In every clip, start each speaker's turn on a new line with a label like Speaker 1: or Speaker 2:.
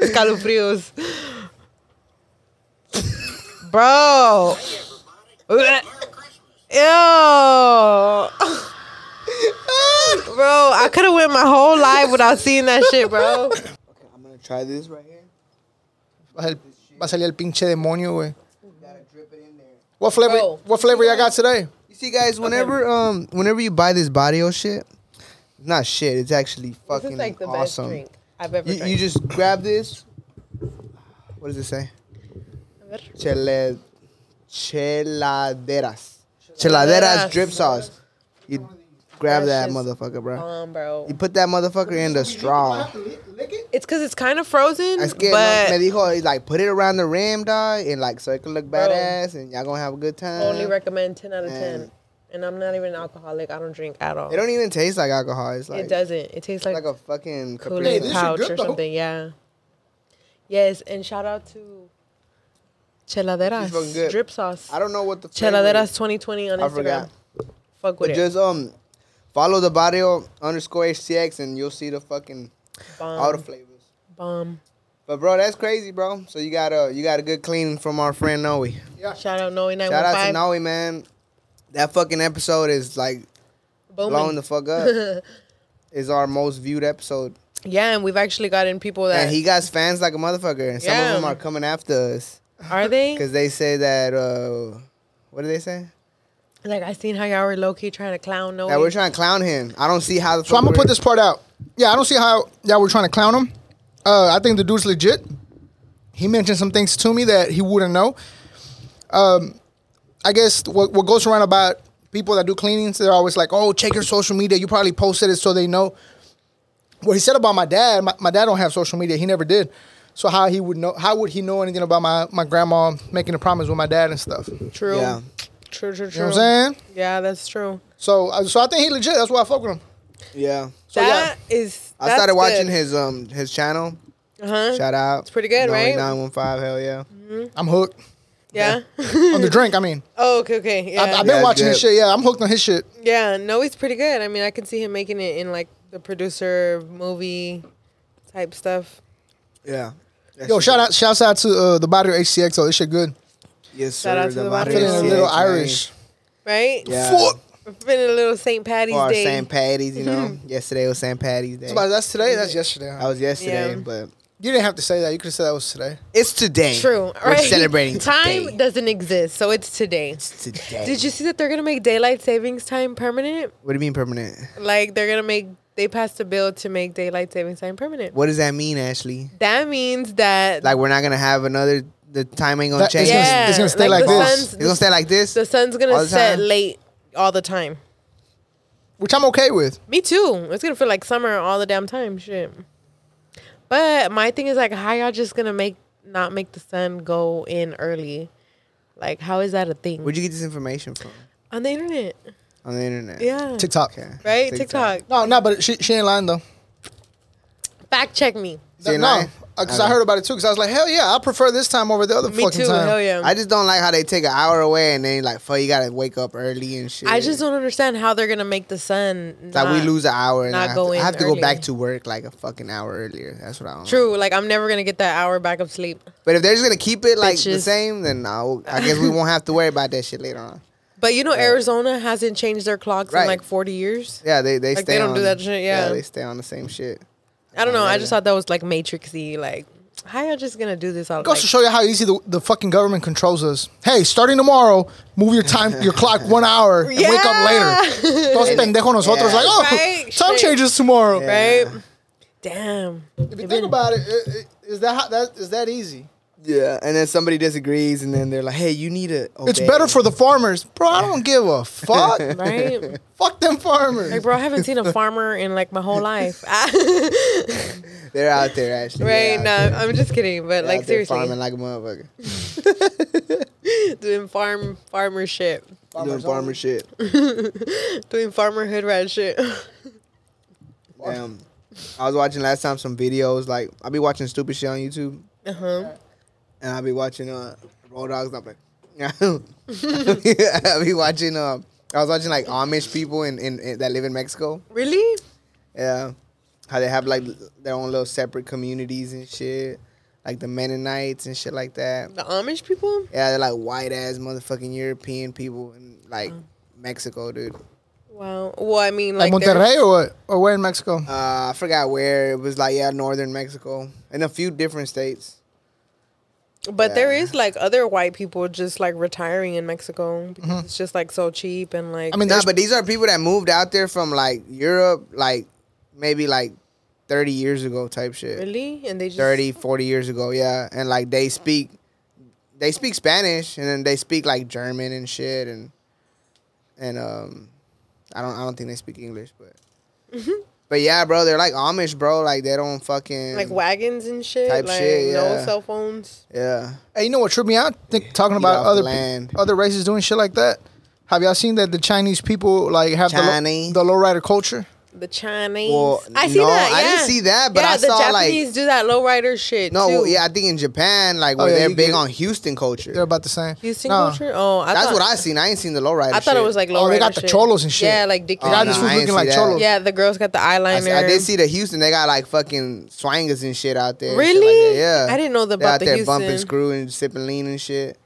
Speaker 1: Escalofríos. Bro. Yo. bro, I could have went my whole life without seeing that shit, bro.
Speaker 2: Okay, I'm gonna try this right here.
Speaker 3: Va a sal- va a salir el pinche demonio, güey.
Speaker 2: Gotta drip it in there.
Speaker 3: What flavor?
Speaker 1: Bro.
Speaker 3: What flavor y'all got today?
Speaker 2: You see, guys, whenever um, whenever you buy this body oil shit, it's not shit. It's actually fucking
Speaker 1: This is like the
Speaker 2: awesome.
Speaker 1: best drink I've ever
Speaker 2: You,
Speaker 1: drank.
Speaker 2: you just grab this. What does it say? Chele, cheladeras. Cheladeras drip sauce. You grab that
Speaker 1: That's
Speaker 2: motherfucker, bro.
Speaker 1: um, bro.
Speaker 2: You put that motherfucker in the straw.
Speaker 1: It's because it's kind of frozen,
Speaker 2: Es que
Speaker 1: but
Speaker 2: me dijo, he's like, put it around the rim, dog, and like, so it can look
Speaker 1: Bro.
Speaker 2: badass, and y'all gonna have a good time.
Speaker 1: only recommend 10 out of 10.
Speaker 2: And-
Speaker 1: And I'm not even an alcoholic. I don't drink at all.
Speaker 2: It
Speaker 1: It,
Speaker 2: don't even taste like alcohol. It's like,
Speaker 1: doesn't. It tastes like,
Speaker 2: like a fucking
Speaker 1: Kool
Speaker 3: Hey,
Speaker 1: Aid
Speaker 3: this
Speaker 2: Capri
Speaker 1: pouch
Speaker 3: shit good,
Speaker 1: or
Speaker 3: though.
Speaker 1: something. Yeah. Yes, and shout out to
Speaker 2: It's fucking good.
Speaker 1: Cheladeras drip sauce.
Speaker 2: I don't know what the flavor
Speaker 1: Cheladeras
Speaker 2: is,
Speaker 1: 2020 on
Speaker 2: I
Speaker 1: Instagram.
Speaker 2: forgot.
Speaker 1: Fuck with
Speaker 2: But just um, follow the barrio underscore HCX, and you'll see the fucking
Speaker 1: it.
Speaker 2: all the
Speaker 1: Bomb.
Speaker 2: flavors.
Speaker 1: Bomb.
Speaker 2: But bro, that's crazy, bro. So you got a you got a good cleaning from our friend Noe.
Speaker 1: Shout out Noe
Speaker 2: Shout out to
Speaker 1: 915.
Speaker 2: Noe, man. That fucking episode is like blowing
Speaker 1: Booming.
Speaker 2: the fuck up. It's our most viewed episode,
Speaker 1: yeah, and we've actually gotten people that
Speaker 2: and he got fans like a motherfucker. And some
Speaker 1: Yeah.
Speaker 2: of them are coming after us
Speaker 1: are they?
Speaker 2: because they say that uh, what do they say?
Speaker 1: Like I seen how y'all were low key trying to clown Noe.
Speaker 2: That we're trying to clown him. I don't see how. The
Speaker 3: So
Speaker 2: fuck
Speaker 3: I'm gonna put
Speaker 2: we're-
Speaker 3: this part out. Yeah, I don't see how y'all were trying to clown him. Uh, I think the dude's legit. He mentioned some things to me that he wouldn't know. Um, I guess what, what goes around about people that do cleanings, they're always like, "Oh, check your social media. You probably posted it, so they know." What he said about my dad, my, my dad don't have social media. He never did. So how he would know? How would he know anything about my my grandma making a promise with my dad and stuff? You know
Speaker 1: true.
Speaker 2: Yeah.
Speaker 1: True, true, true.
Speaker 3: what I'm saying?
Speaker 1: Yeah, that's true.
Speaker 3: So I- so I think he legit. That's why I fuck with him.
Speaker 2: Yeah.
Speaker 3: So,
Speaker 1: That is.
Speaker 2: I started watching his um his channel.
Speaker 1: Uh huh.
Speaker 2: Shout out. It's
Speaker 1: pretty good, right?
Speaker 2: Nine one five. Hell yeah.
Speaker 3: yeah, I'm hooked
Speaker 1: Yeah.
Speaker 3: on the drink. I mean.
Speaker 1: oh, okay, okay. Yeah.
Speaker 3: I, I've
Speaker 2: Yeah,
Speaker 3: been
Speaker 2: it's
Speaker 3: watching his
Speaker 2: good.
Speaker 3: shit. Yeah, I'm hooked on his shit.
Speaker 1: yeah. No, he's pretty good. I mean, I can see him making it in like the producer movie type stuff.
Speaker 2: Yeah. That
Speaker 3: Yo,
Speaker 2: shit-
Speaker 3: shout out, shouts out to uh, the Barrio HCX. Oh, this shit good.
Speaker 2: Yes, sir.
Speaker 1: Shout out to the
Speaker 2: Madre
Speaker 1: Madre
Speaker 3: Feeling a
Speaker 1: HCX,
Speaker 3: little
Speaker 2: CX,
Speaker 3: Irish.
Speaker 1: Right?
Speaker 2: Yeah.
Speaker 3: Fuck.
Speaker 1: We're feeling a little St. Patty's
Speaker 2: man. Or
Speaker 1: Day.
Speaker 2: St. Patty's, you know.
Speaker 1: Mm-hmm.
Speaker 2: yesterday was St. Patty's Day.
Speaker 3: Somebody-
Speaker 2: That
Speaker 3: That's today. That's yesterday. huh?
Speaker 2: was yesterday,
Speaker 1: Yeah.
Speaker 2: but
Speaker 3: You didn't have to say that. You could have said that was today.
Speaker 2: it's today.
Speaker 1: True.
Speaker 2: We're celebrating
Speaker 1: Time
Speaker 2: today.
Speaker 1: doesn't exist, so it's today.
Speaker 2: It's today.
Speaker 1: Did you see that they're gonna make daylight savings time permanent?
Speaker 2: What do you mean permanent?
Speaker 1: Like they're gonna make they passed a bill to make daylight savings time permanent.
Speaker 2: What does that mean, Ashley?
Speaker 1: That means that
Speaker 2: Like we're not gonna have another. The time ain't gonna
Speaker 3: That-
Speaker 2: change.
Speaker 3: it's gonna-
Speaker 1: yeah,
Speaker 3: it's gonna stay like
Speaker 1: the
Speaker 3: this.
Speaker 1: Sun's,
Speaker 2: It's gonna stay like this.
Speaker 1: the sun's
Speaker 2: all
Speaker 1: gonna
Speaker 2: the
Speaker 1: set
Speaker 2: time?
Speaker 1: late all the time.
Speaker 3: Which I'm okay with.
Speaker 1: Me too. It's gonna feel like summer all the damn time. Shit. But my thing is like, how y'all just gonna make not make the sun go in early? Like, how is that a thing
Speaker 2: Where'd you get this information from?
Speaker 1: on the internet?
Speaker 2: On the internet.
Speaker 1: Yeah,
Speaker 3: TikTok.
Speaker 2: Okay.
Speaker 1: right. TikTok.
Speaker 3: No, no, but she, she ain't lying though.
Speaker 1: Fact check me.
Speaker 2: She ain't
Speaker 3: no,
Speaker 2: lying?
Speaker 3: because I
Speaker 2: Okay.
Speaker 3: heard about it too. Because I was like, hell yeah, I prefer this time over the other
Speaker 1: Me
Speaker 3: fucking
Speaker 1: too.
Speaker 3: time.
Speaker 1: Hell yeah.
Speaker 2: I just don't like how they take an hour away and then like, fuck, you gotta wake up early and shit.
Speaker 1: I just don't understand how they're gonna make the sun.
Speaker 2: It's
Speaker 1: Not,
Speaker 2: like we lose an hour and
Speaker 1: not
Speaker 2: I have,
Speaker 1: go
Speaker 2: to, I
Speaker 1: in
Speaker 2: have to go back
Speaker 1: early.
Speaker 2: to work like a fucking hour earlier. That's what I don't.
Speaker 1: True. Like I'm never gonna get that hour back of sleep.
Speaker 2: But if they're just gonna keep it like the
Speaker 1: Bitches.
Speaker 2: same, then I'll, I guess we won't have to worry about that shit later on.
Speaker 1: But you know, Arizona hasn't changed their clocks in
Speaker 2: Right.
Speaker 1: like 40 years.
Speaker 2: Yeah, they they
Speaker 1: Like,
Speaker 2: stay
Speaker 1: they don't
Speaker 2: on-
Speaker 1: do that shit, yeah.
Speaker 2: they stay on the same shit.
Speaker 1: I don't know. I
Speaker 2: Yeah.
Speaker 1: just thought that was like matrixy. Like, how y'all just gonna do this all?
Speaker 3: It goes
Speaker 1: Like,
Speaker 3: to show you how easy the, the fucking government controls us. Hey, starting tomorrow, move your time, your clock one hour, and wake up later. Those pendejos nosotros
Speaker 2: Yeah.
Speaker 3: like, oh,
Speaker 1: Right?
Speaker 3: time
Speaker 1: Shit.
Speaker 3: changes tomorrow.
Speaker 1: right? Damn.
Speaker 3: If you think about it, it, it is that how, that is that easy?
Speaker 2: Yeah, and then somebody disagrees, and then they're like, "Hey, you need to."
Speaker 3: It's better for the farmers, bro. I don't give a fuck.
Speaker 1: Right?
Speaker 3: fuck them farmers.
Speaker 1: Like, bro, I haven't seen a farmer in like my whole life. right?
Speaker 2: They're out there, actually. They're out
Speaker 1: No,
Speaker 2: there.
Speaker 1: I'm just kidding. But
Speaker 2: They're
Speaker 1: like,
Speaker 2: out there
Speaker 1: seriously,
Speaker 2: farming like a motherfucker,
Speaker 1: doing farm farmer shit,
Speaker 2: doing farmer shit.
Speaker 1: doing farmer hood rat shit.
Speaker 2: Damn. Um, I was watching last time some videos. Like I be watching stupid shit on YouTube,
Speaker 1: Uh huh.
Speaker 2: and I be watching uh Road Dogs. I'm like, I be watching. Uh, I was watching like Amish people in, in, in- that live in Mexico.
Speaker 1: Really?
Speaker 2: Yeah, how they have like their own little separate communities and shit. like the Mennonites and shit like that.
Speaker 1: The Amish people?
Speaker 2: Yeah, they're like white ass motherfucking European people in
Speaker 1: Uh.
Speaker 2: like Mexico, dude.
Speaker 1: Wow. Well, I mean,
Speaker 3: Like,
Speaker 1: like they're-
Speaker 3: Monterrey or what? Or where in Mexico?
Speaker 2: Uh, I forgot where it was. Like yeah, northern Mexico and a few different states.
Speaker 1: But there
Speaker 2: Yeah.
Speaker 1: is like other white people just like retiring in Mexico because it's just like so cheap and like
Speaker 3: Mm-hmm. I mean,
Speaker 2: Nah,
Speaker 3: there's,
Speaker 2: but these are people that moved out there from like Europe, like maybe like thirty years ago type shit.
Speaker 1: really and they just
Speaker 2: 30, 40 years ago, yeah. And like they speak they speak Spanish and then they speak like German and shit and and um I don't I don't think they speak English, but but yeah, bro, they're like Amish, bro. Like they don't fucking
Speaker 1: like wagons and shit
Speaker 2: Type
Speaker 1: like
Speaker 2: shit, yeah.
Speaker 1: no cell phones.
Speaker 2: Yeah.
Speaker 3: hey, you know what tripped me out? Think, talking
Speaker 2: Eat
Speaker 3: about
Speaker 2: off the
Speaker 3: other
Speaker 2: land.
Speaker 3: pe- other races doing shit like that. Have y'all seen that the Chinese people like have
Speaker 2: Chinese.
Speaker 3: the, low, the lowrider culture?
Speaker 1: The Chinese.
Speaker 2: Well,
Speaker 1: I see
Speaker 2: no,
Speaker 1: that. Yeah.
Speaker 2: I didn't see that, but
Speaker 1: yeah,
Speaker 2: I
Speaker 1: the
Speaker 2: saw, like-
Speaker 1: Japanese do that lowrider shit.
Speaker 2: No,
Speaker 1: too.
Speaker 2: well, yeah, I think in Japan, like
Speaker 3: Oh,
Speaker 2: where
Speaker 3: yeah,
Speaker 2: they're
Speaker 3: you
Speaker 2: big
Speaker 3: get-
Speaker 2: on Houston culture.
Speaker 3: They're about the same.
Speaker 1: Houston
Speaker 3: No.
Speaker 1: culture. Oh, I
Speaker 2: That's
Speaker 1: thought,
Speaker 2: what I seen. I ain't seen the lowrider.
Speaker 1: I thought
Speaker 2: shit.
Speaker 1: it was like lowrider.
Speaker 3: Oh, they got the
Speaker 1: shit.
Speaker 3: cholos and shit.
Speaker 1: Yeah, like dick.
Speaker 2: Oh,
Speaker 3: They got
Speaker 2: no,
Speaker 3: these
Speaker 2: I
Speaker 3: fools
Speaker 2: ain't
Speaker 3: looking
Speaker 2: see
Speaker 3: like
Speaker 2: that.
Speaker 3: cholos.
Speaker 1: yeah, the girls got the
Speaker 2: I,
Speaker 1: eyeliner.
Speaker 2: see- I did see the Houston. They got like fucking swangers and shit out there. and shit like
Speaker 1: Really?
Speaker 2: that, Yeah.
Speaker 1: I didn't know the-
Speaker 2: They're
Speaker 1: about
Speaker 2: out
Speaker 1: the
Speaker 2: there
Speaker 1: Houston.
Speaker 2: bumping screw and sipping lean and shit.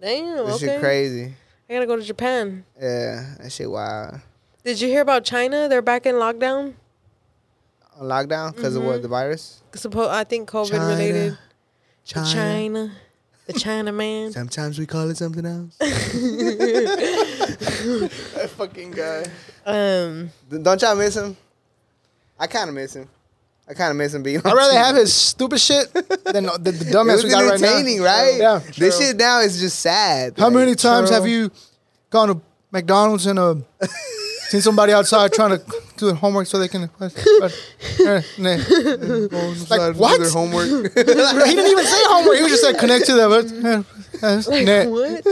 Speaker 1: Damn.
Speaker 2: This
Speaker 1: Okay.
Speaker 2: shit crazy.
Speaker 1: I gotta go to Japan.
Speaker 2: Yeah, that shit wild.
Speaker 1: Did you hear about China? They're back in lockdown.
Speaker 2: On lockdown because
Speaker 1: Mm-hmm.
Speaker 2: of what the virus?
Speaker 1: Suppo- I think COVID
Speaker 2: China.
Speaker 1: related. China. China. The China man.
Speaker 2: Sometimes we call it something else.
Speaker 3: That fucking guy.
Speaker 1: Um,
Speaker 2: D- Don't y'all miss him? I kind of miss him. I kind of miss him being.
Speaker 3: I'd rather have his stupid shit than the, the
Speaker 2: It was
Speaker 3: dumbass we got right now.
Speaker 2: entertaining, right?
Speaker 3: Yeah.
Speaker 2: This shit now is just sad.
Speaker 3: How
Speaker 2: like,
Speaker 3: many times
Speaker 2: true.
Speaker 3: have you gone to McDonald's and uh, seen somebody outside trying to do their homework so they can? uh, like
Speaker 2: Like,
Speaker 3: what?
Speaker 2: their
Speaker 3: He
Speaker 2: homework.
Speaker 3: didn't even say homework. He was just like connect to them.
Speaker 1: like
Speaker 3: Nah.
Speaker 1: what?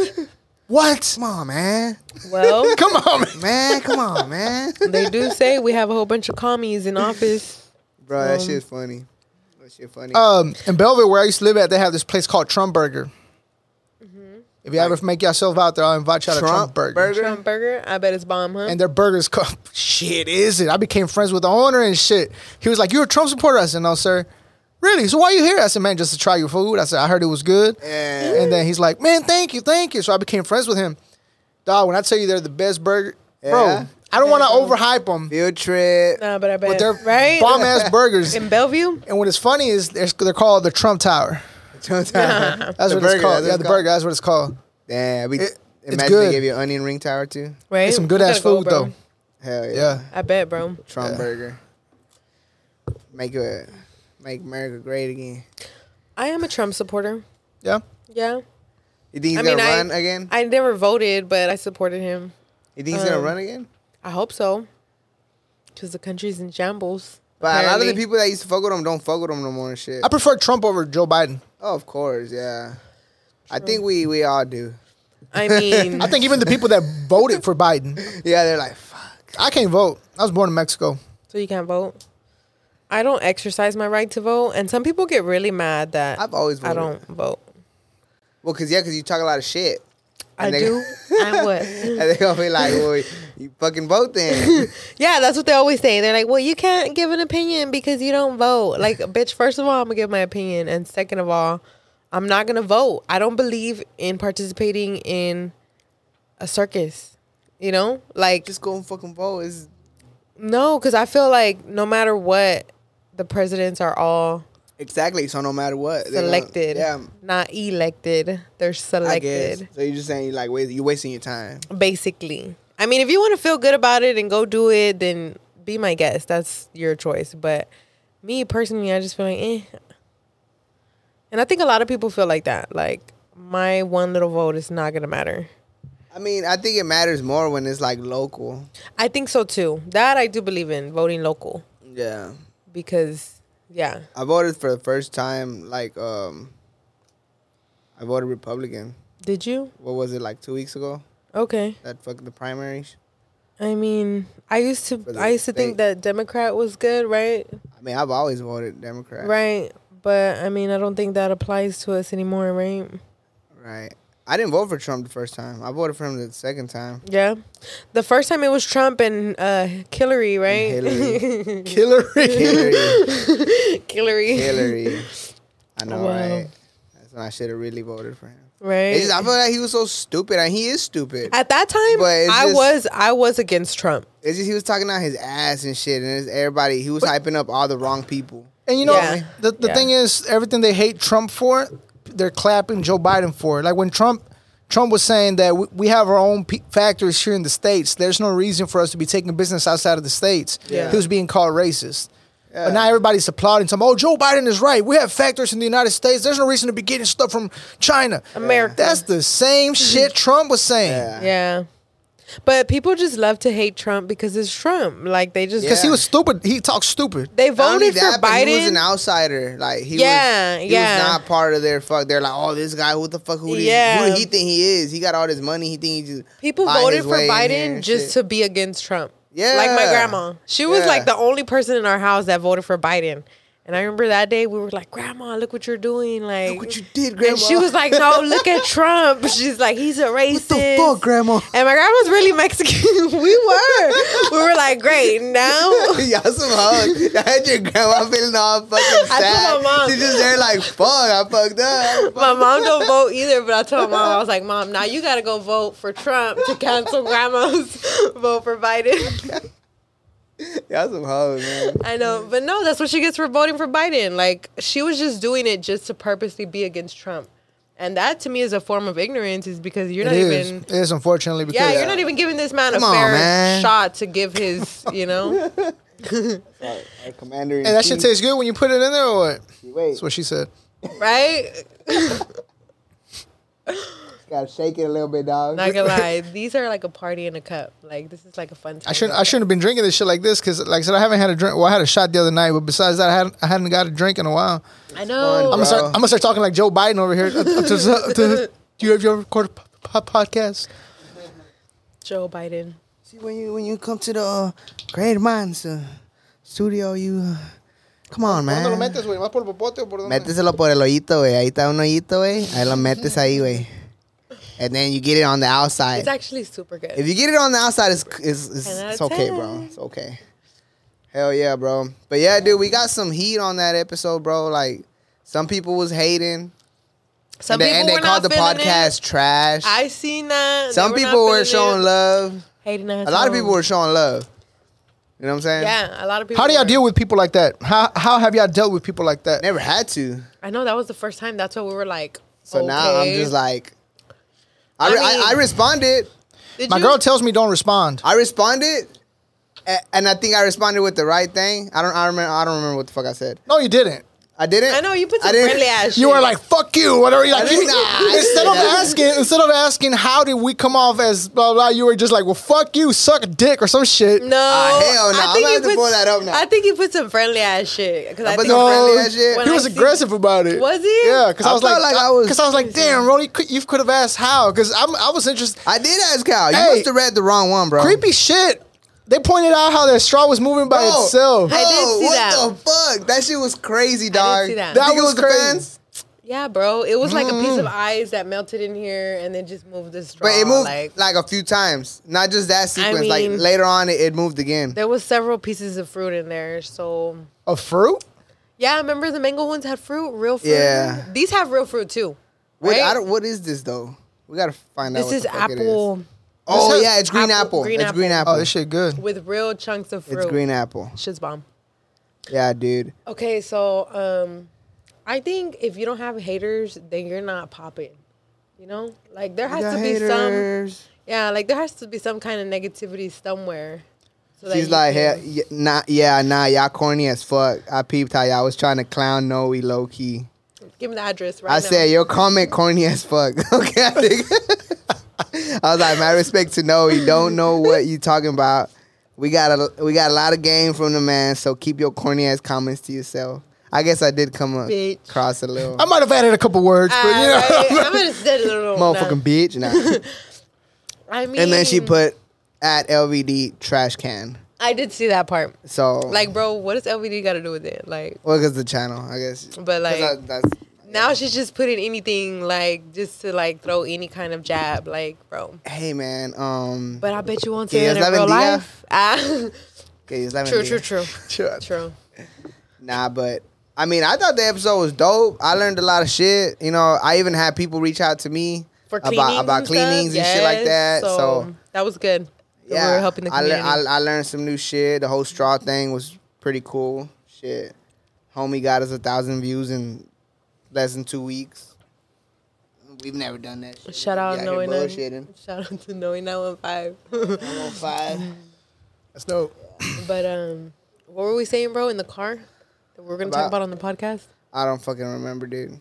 Speaker 3: What?
Speaker 2: Come on, man.
Speaker 1: Well,
Speaker 3: Come on, man.
Speaker 2: Man, come on, man.
Speaker 1: they do say we have a whole bunch of commies in office.
Speaker 2: Bro, that shit funny. That shit funny.
Speaker 3: Um, in Belleville, where I used to live at, they have this place called Trump Burger.
Speaker 1: Mm-hmm.
Speaker 3: If you ever make yourself out there, I'll invite y'all to Trump Burger.
Speaker 1: Trump burger. I bet it's bomb, huh?
Speaker 3: and their burgers co- shit is it i became friends with the owner and shit he was like you're a trump supporter i said no sir really so why you here i said man just to try your food i said i heard it was good
Speaker 2: Yeah.
Speaker 3: and then he's like man thank you thank you so i became friends with him dog when i tell you they're the best burger
Speaker 2: Yeah.
Speaker 3: bro i don't want to overhype them
Speaker 2: Field trip.
Speaker 1: nah, but I bet
Speaker 3: but they're
Speaker 1: right
Speaker 3: bomb ass burgers
Speaker 1: in Bellevue.
Speaker 3: and what is funny is they're, they're called the trump tower
Speaker 2: That's
Speaker 3: that's what it's called yeah the burger that's what it's called
Speaker 2: Damn, we,
Speaker 3: It- it's
Speaker 2: imagine
Speaker 3: good.
Speaker 2: they gave you an onion ring tower too.
Speaker 1: Right,
Speaker 3: it's some good
Speaker 1: I
Speaker 3: ass
Speaker 1: gotta go,
Speaker 3: food
Speaker 1: bro.
Speaker 3: though
Speaker 2: Hell yeah.
Speaker 3: yeah
Speaker 1: I bet, bro.
Speaker 2: Trump
Speaker 3: Yeah.
Speaker 2: burger. Make it make America great again.
Speaker 1: I am a Trump supporter.
Speaker 3: yeah
Speaker 1: Yeah,
Speaker 2: You think he's
Speaker 1: I mean,
Speaker 2: gonna
Speaker 1: I-
Speaker 2: run again?
Speaker 1: I never voted, but I supported him.
Speaker 2: You think he's gonna
Speaker 1: um,
Speaker 2: run again?
Speaker 1: I hope so, because the country's in shambles.
Speaker 2: But a lot of the
Speaker 1: apparently.
Speaker 2: people that used to fuck with him don't fuck with him no more and shit.
Speaker 3: i prefer trump over joe biden
Speaker 2: oh, of course, yeah. I think we we all do.
Speaker 1: I mean,
Speaker 3: i think even the people that voted for biden
Speaker 2: Yeah, they're like, fuck.
Speaker 3: I can't vote. I was born in Mexico.
Speaker 1: so you can't vote. I don't exercise my right to vote, and some people get really mad that
Speaker 2: I've always
Speaker 1: I
Speaker 2: voted.
Speaker 1: don't vote.
Speaker 2: Well, cause yeah, cause you talk a lot of shit.
Speaker 1: I
Speaker 2: And they-
Speaker 1: do. I would.
Speaker 2: And they gonna be like, well, you fucking vote then.
Speaker 1: Yeah, that's what they always say. They're like, "Well, you can't give an opinion because you don't vote." Like, bitch. First of all, I'm gonna give my opinion, and second of all, I'm not gonna vote. I don't believe in participating in a circus. You know, like
Speaker 2: Just go and fucking vote. It's
Speaker 1: no, because I feel like no matter what, the presidents are all
Speaker 2: exactly. So no matter what, they're gonna-
Speaker 1: selected,
Speaker 2: yeah,
Speaker 1: not elected. They're
Speaker 2: I guess.
Speaker 1: selected,
Speaker 2: So you're just saying you like wait, you're wasting your time.
Speaker 1: basically. I mean, if you want to feel good about it and go do it, then be my guest. That's your choice. But me personally, I just feel like, eh. And I think a lot of people feel like that. Like my one little vote is not gonna matter.
Speaker 2: I mean, I think it matters more when it's like local.
Speaker 1: I think so too. That I do believe in voting local
Speaker 2: Yeah.
Speaker 1: because, yeah,
Speaker 2: I voted for the first time like um I voted Republican.
Speaker 1: did you?
Speaker 2: What was it like 2 weeks ago?
Speaker 1: Okay.
Speaker 2: That fuck the primaries.
Speaker 1: I mean, I used to
Speaker 2: For the
Speaker 1: I used to
Speaker 2: state.
Speaker 1: think that Democrat was good, right?
Speaker 2: I mean, I've always voted Democrat.
Speaker 1: Right. But I mean, I don't think that applies to us anymore, right?
Speaker 2: Right. I didn't vote for Trump the first time. I voted for him the second time.
Speaker 1: Yeah. The first time it was Trump and uh Hillary, right?
Speaker 2: Hillary.
Speaker 3: Hillary.
Speaker 2: Hillary.
Speaker 1: Hillary.
Speaker 2: Hillary. I know,
Speaker 1: Wow.
Speaker 2: right? That's when I should have really voted for him.
Speaker 1: right?
Speaker 2: It's just- I feel like he was so stupid, and he is stupid.
Speaker 1: At that time,
Speaker 2: But it's
Speaker 1: I
Speaker 2: just-
Speaker 1: was I was against Trump.
Speaker 2: It's just he was talking out his ass and shit, and it's everybody. He was hyping up all the wrong people.
Speaker 3: And you know,
Speaker 1: Yeah.
Speaker 3: the, the
Speaker 1: Yeah.
Speaker 3: thing is, everything they hate Trump for, they're clapping Joe Biden for. it. Like when Trump, Trump was saying that we, we have our own pe factories here in the states. There's no reason for us to be taking business outside of the states.
Speaker 2: Yeah.
Speaker 3: He was being called racist. But now everybody's applauding. Some, oh, Joe Biden is right. We have factories in the United States. There's no reason to be getting stuff from China.
Speaker 1: America.
Speaker 3: That's the same shit Trump was saying.
Speaker 2: Yeah.
Speaker 1: Yeah. But people just love to hate Trump because it's Trump. Like they just
Speaker 3: Because he
Speaker 2: Yeah.
Speaker 3: was stupid. He talked stupid.
Speaker 1: they
Speaker 2: Not only
Speaker 1: voted for
Speaker 2: but He was
Speaker 1: Biden.
Speaker 2: an outsider. Like he
Speaker 1: Yeah,
Speaker 2: was, he
Speaker 1: yeah.
Speaker 2: was not part of their fuck. They're like, oh, this guy, who the fuck, who, yeah.
Speaker 1: Yeah.
Speaker 2: who did he think he is? He got all this money. He think he just
Speaker 1: people
Speaker 2: buy his
Speaker 1: voted for
Speaker 2: way in here
Speaker 1: Biden
Speaker 2: and
Speaker 1: just
Speaker 2: shit.
Speaker 1: to be against Trump.
Speaker 2: Yeah.
Speaker 1: Like my grandma. She was
Speaker 2: Yeah.
Speaker 1: like the only person in our house that voted for Biden. And I remember that day we were like, Grandma, look what you're doing. Like
Speaker 2: Look what you did, grandma.
Speaker 1: and she was like, No, look at Trump. She's like, he's a racist.
Speaker 2: fuck, grandma?
Speaker 1: And my grandma's really Mexican. we were. we were like, Great, now
Speaker 2: Y'all some hugs. I had your grandma feeling all fucking
Speaker 1: I told my
Speaker 2: sad.
Speaker 1: mom.
Speaker 2: She just there like, fuck, I fucked up.
Speaker 1: My mom don't vote either, but I told my mom, I was like, Mom, now you gotta go vote for Trump to cancel grandma's vote for Biden.
Speaker 2: Y'all some hugs, man.
Speaker 1: I know, but no, that's what she gets for voting for Biden. Like, she was just doing it just to purposely be against Trump. And that to me is a form of ignorance, is because you're
Speaker 3: It
Speaker 1: not
Speaker 3: is.
Speaker 1: even.
Speaker 3: It is, unfortunately. Because
Speaker 1: Yeah, you're not even giving this man
Speaker 2: Come
Speaker 1: a
Speaker 2: on,
Speaker 1: fair
Speaker 2: man.
Speaker 1: shot to give his, you know.
Speaker 2: Our commander in
Speaker 3: Hey, that shit
Speaker 2: chief.
Speaker 3: tastes good when you put it in there or what?
Speaker 2: Wait,
Speaker 3: That's what she said.
Speaker 1: right?
Speaker 2: gotta shake it a little bit, dog.
Speaker 1: Not gonna lie, these are like a party in a cup. Like, this is like a fun time.
Speaker 3: I shouldn't. I shouldn't have been drinking this shit like this because, like I said, I haven't had a drink. Well, I had a shot the other night, but besides that, I hadn't. I hadn't got a drink in a while.
Speaker 1: I know.
Speaker 3: I'm gonna start.
Speaker 2: Bro.
Speaker 3: I'm gonna start talking like Joe Biden over here. Uh, to- to- to- Do you have your record po- po- podcast?
Speaker 1: Joe Biden.
Speaker 2: See, when you when you come to the uh, Great Minds uh, studio, you uh, come on,
Speaker 1: Eh.
Speaker 2: man. Méteselo por el hoyito, güey. Ahí está un hoyito, güey. Ahí lo metes ahí, güey. And then you get it on the outside.
Speaker 1: It's actually super good.
Speaker 2: If you get it on the outside, it's it's, it's,
Speaker 1: Ten out
Speaker 2: it's
Speaker 1: of
Speaker 2: okay,
Speaker 1: ten.
Speaker 2: bro. It's okay. Hell yeah, bro. But yeah, dude, we got some heat on that episode, bro. Like some people was hating,
Speaker 1: Some
Speaker 2: and they, and they called the
Speaker 1: feeling it.
Speaker 2: podcast trash.
Speaker 1: I seen that. They
Speaker 2: some
Speaker 1: were not
Speaker 2: people were
Speaker 1: feeling
Speaker 2: showing
Speaker 1: it.
Speaker 2: love.
Speaker 1: Hating us.
Speaker 2: A lot of
Speaker 1: home.
Speaker 2: people were showing love. You know what I'm saying?
Speaker 1: Yeah, a lot of people.
Speaker 3: How do y'all
Speaker 1: were.
Speaker 3: deal with people like that? How how have y'all dealt with people like that?
Speaker 2: Never had to.
Speaker 1: I know that was the first time. That's why we were like.
Speaker 2: So now I'm just like, I,
Speaker 1: I
Speaker 2: re- I,
Speaker 1: mean-
Speaker 2: I responded.
Speaker 1: Did
Speaker 3: My
Speaker 1: you- Ah.
Speaker 3: girl tells me don't respond.
Speaker 2: I responded, a- and I think I responded with the right thing. I don't. I remember. I don't remember what the fuck I said.
Speaker 3: No, you didn't.
Speaker 2: I didn't.
Speaker 1: I know you put some
Speaker 2: didn't-
Speaker 1: friendly ass. shit.
Speaker 3: You were like "fuck you," whatever. You like
Speaker 2: didn't-
Speaker 3: you-
Speaker 2: nah, I
Speaker 3: instead
Speaker 2: didn't.
Speaker 3: of asking, instead of asking, how did we come off as blah blah? You were just like, "Well, fuck you, suck a dick" or some shit.
Speaker 1: No,
Speaker 2: Ah, hell no.
Speaker 1: I think
Speaker 2: I'm gonna
Speaker 1: you
Speaker 2: have to
Speaker 1: put-
Speaker 2: pull that up now.
Speaker 1: I think you put some friendly ass shit. 'cause I
Speaker 2: put
Speaker 1: think
Speaker 2: some
Speaker 1: I-
Speaker 2: friendly ass shit.
Speaker 1: when
Speaker 3: he
Speaker 1: I
Speaker 3: was
Speaker 1: see-
Speaker 3: aggressive about it.
Speaker 1: Was he?
Speaker 3: Yeah, because I,
Speaker 2: I
Speaker 3: was
Speaker 2: felt
Speaker 3: like,
Speaker 2: like
Speaker 3: I
Speaker 2: I was-
Speaker 3: because I was like, damn, Rolly, cou- you could have asked how, because I'm, I was interested.
Speaker 2: I did ask Kyle. You
Speaker 3: Hey.
Speaker 2: must have read the wrong one, bro.
Speaker 3: Creepy shit. They pointed out how that straw was moving by
Speaker 2: Bro,
Speaker 3: itself.
Speaker 2: Bro,
Speaker 1: I did see
Speaker 2: what
Speaker 1: that.
Speaker 2: the fuck? That shit was crazy, dog.
Speaker 1: see that.
Speaker 3: That
Speaker 2: Think it
Speaker 3: was
Speaker 2: the
Speaker 3: crazy.
Speaker 2: fans?
Speaker 1: Yeah, bro. It was like a piece of ice that melted in here and then just moved the straw.
Speaker 2: Mm-hmm. But it moved
Speaker 1: Like,
Speaker 2: like, a few times. Not just that sequence. like
Speaker 1: mean-
Speaker 2: later on, it, it moved again.
Speaker 1: there was several pieces of fruit in there, so
Speaker 3: A fruit?
Speaker 1: yeah. Remember the mango ones had fruit, real fruit.
Speaker 2: Yeah.
Speaker 1: these have real fruit too.
Speaker 2: What, I
Speaker 1: right?
Speaker 2: don't, what is this though? We gotta find out.
Speaker 1: This
Speaker 2: what
Speaker 1: is
Speaker 2: the fuck it
Speaker 1: apple.
Speaker 2: Oh
Speaker 3: This
Speaker 2: yeah, it's green
Speaker 1: apple-
Speaker 2: apple.
Speaker 1: green
Speaker 2: it's green apple.
Speaker 3: Oh, this shit good.
Speaker 1: with real chunks of fruit.
Speaker 2: It's green apple.
Speaker 1: Shit's bomb.
Speaker 2: Yeah, dude.
Speaker 1: Okay, so um, I think if you don't have haters, then you're not popping. You know, like there has
Speaker 2: Yeah,
Speaker 1: to be some.
Speaker 2: haters.
Speaker 1: Yeah, like there has to be some kind of negativity somewhere. So that
Speaker 2: She's
Speaker 1: you
Speaker 2: like,
Speaker 1: can-
Speaker 2: hey, y- nah, yeah, nah, y'all corny as fuck. I peeped how y'all was trying to clown Noe low key.
Speaker 1: give me the address right
Speaker 2: I
Speaker 1: now.
Speaker 2: said your comment corny as fuck. okay, I think. I was like, my respect to Noe. You don't know what you talking about. We got a we got a lot of game from the man, so keep your corny ass comments to yourself. I guess I did come a-
Speaker 1: Bitch.
Speaker 2: across a little
Speaker 3: I might have added a couple words, but you know.
Speaker 1: Alright, Uh, I'm gonna say it a little.
Speaker 2: motherfucking bitch. Nah.
Speaker 1: I mean,
Speaker 2: and then she put at LVD trash can.
Speaker 1: I did see that part.
Speaker 2: So
Speaker 1: Like, bro, what does LVD got to do with it? Like,
Speaker 2: well, because the channel, I guess. 'Cause
Speaker 1: but like.
Speaker 2: I- that's,
Speaker 1: now she's just putting anything like just to like throw any kind of jab, like bro.
Speaker 2: hey man, um,
Speaker 1: But I bet you won't
Speaker 2: Que
Speaker 1: say that
Speaker 2: Dios la
Speaker 1: in real
Speaker 2: bendiga.
Speaker 1: life. Ah,
Speaker 2: okay, it's 11
Speaker 1: true,
Speaker 2: day.
Speaker 1: true, true,
Speaker 3: Shit.
Speaker 1: true.
Speaker 2: Nah, but I I mean, I thought the episode was dope. I learned a lot of shit. You know, I even had people reach out to me
Speaker 1: For cleanings
Speaker 2: about about
Speaker 1: and
Speaker 2: cleanings
Speaker 1: stuff?
Speaker 2: and shit like that.
Speaker 1: Yes.
Speaker 2: So,
Speaker 1: that was good. Yeah, we were helping the
Speaker 2: I, lear-
Speaker 1: community.
Speaker 2: I, I learned some new shit. The whole straw thing was pretty cool. Shit, homie got us a thousand views in less than two weeks. We've never done that. Shit.
Speaker 1: Shout out
Speaker 2: yeah,
Speaker 1: knowing that.
Speaker 2: bullshitting.
Speaker 1: Shout out to knowing that one five.
Speaker 2: 105.
Speaker 3: That's dope.
Speaker 1: but um, what were we saying, bro? In the car that we're gonna talk
Speaker 2: About-
Speaker 1: about on the podcast,
Speaker 2: I don't fucking remember, dude.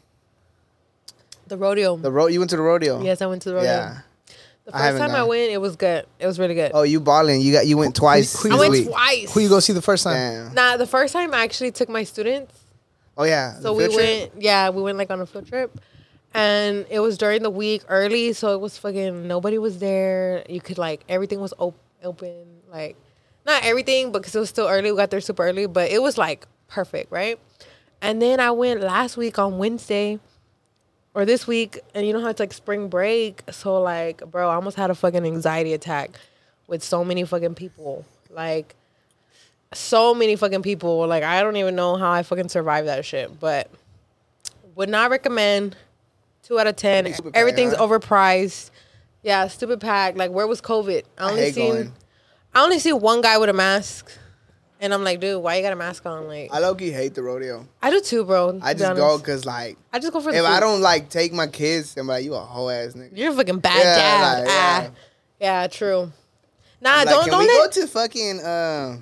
Speaker 1: the rodeo.
Speaker 2: The road you went to the rodeo.
Speaker 1: yes, I went to the rodeo.
Speaker 2: Oh. Yeah.
Speaker 1: The
Speaker 2: I
Speaker 1: first
Speaker 2: haven't
Speaker 1: time I
Speaker 2: gone.
Speaker 1: went, it was good. It was really good.
Speaker 2: Oh, you balling? You got you went twice.
Speaker 3: Who- who
Speaker 1: I
Speaker 2: this
Speaker 1: went
Speaker 3: you-
Speaker 2: week.
Speaker 1: twice.
Speaker 3: Who you go see the first time?
Speaker 2: Damn.
Speaker 1: Nah, the first time I actually took my students.
Speaker 2: Oh yeah.
Speaker 1: So
Speaker 2: the
Speaker 1: we
Speaker 2: field trip?
Speaker 1: went, yeah, we went like on a field trip, and it was during the week early, so it was fucking nobody was there. You could like everything was op- open, like not everything, but because it was still early, we got there super early, but it was like perfect, right? And then I went last week on Wednesday, or this week, and you know how it's like spring break, so like, bro, I almost had a fucking anxiety attack with so many fucking people, like so many fucking people. Like I don't even know how I fucking survived that shit. But would not recommend. Two out of ten.
Speaker 2: Stupid pack,
Speaker 1: Everything's
Speaker 2: huh?
Speaker 1: overpriced. Yeah, stupid pack. Like where was COVID? I only
Speaker 2: hate
Speaker 1: seen
Speaker 2: going.
Speaker 1: I only see one guy with a mask. And I'm like, dude, why you got a mask on? Like
Speaker 2: I low key hate the rodeo.
Speaker 1: I do too, bro.
Speaker 2: I
Speaker 1: to be
Speaker 2: just go
Speaker 1: honest.
Speaker 2: because like
Speaker 1: I just go for the
Speaker 2: if I
Speaker 1: food.
Speaker 2: don't like take my kids, I'm like you a whole ass nigga.
Speaker 1: You're a fucking bad
Speaker 2: Yeah,
Speaker 1: dad.
Speaker 2: like,
Speaker 1: ah.
Speaker 2: yeah.
Speaker 1: yeah. true. Nah,
Speaker 2: Like,
Speaker 1: don't
Speaker 2: can
Speaker 1: don't
Speaker 2: we
Speaker 1: let
Speaker 2: go to fucking uh,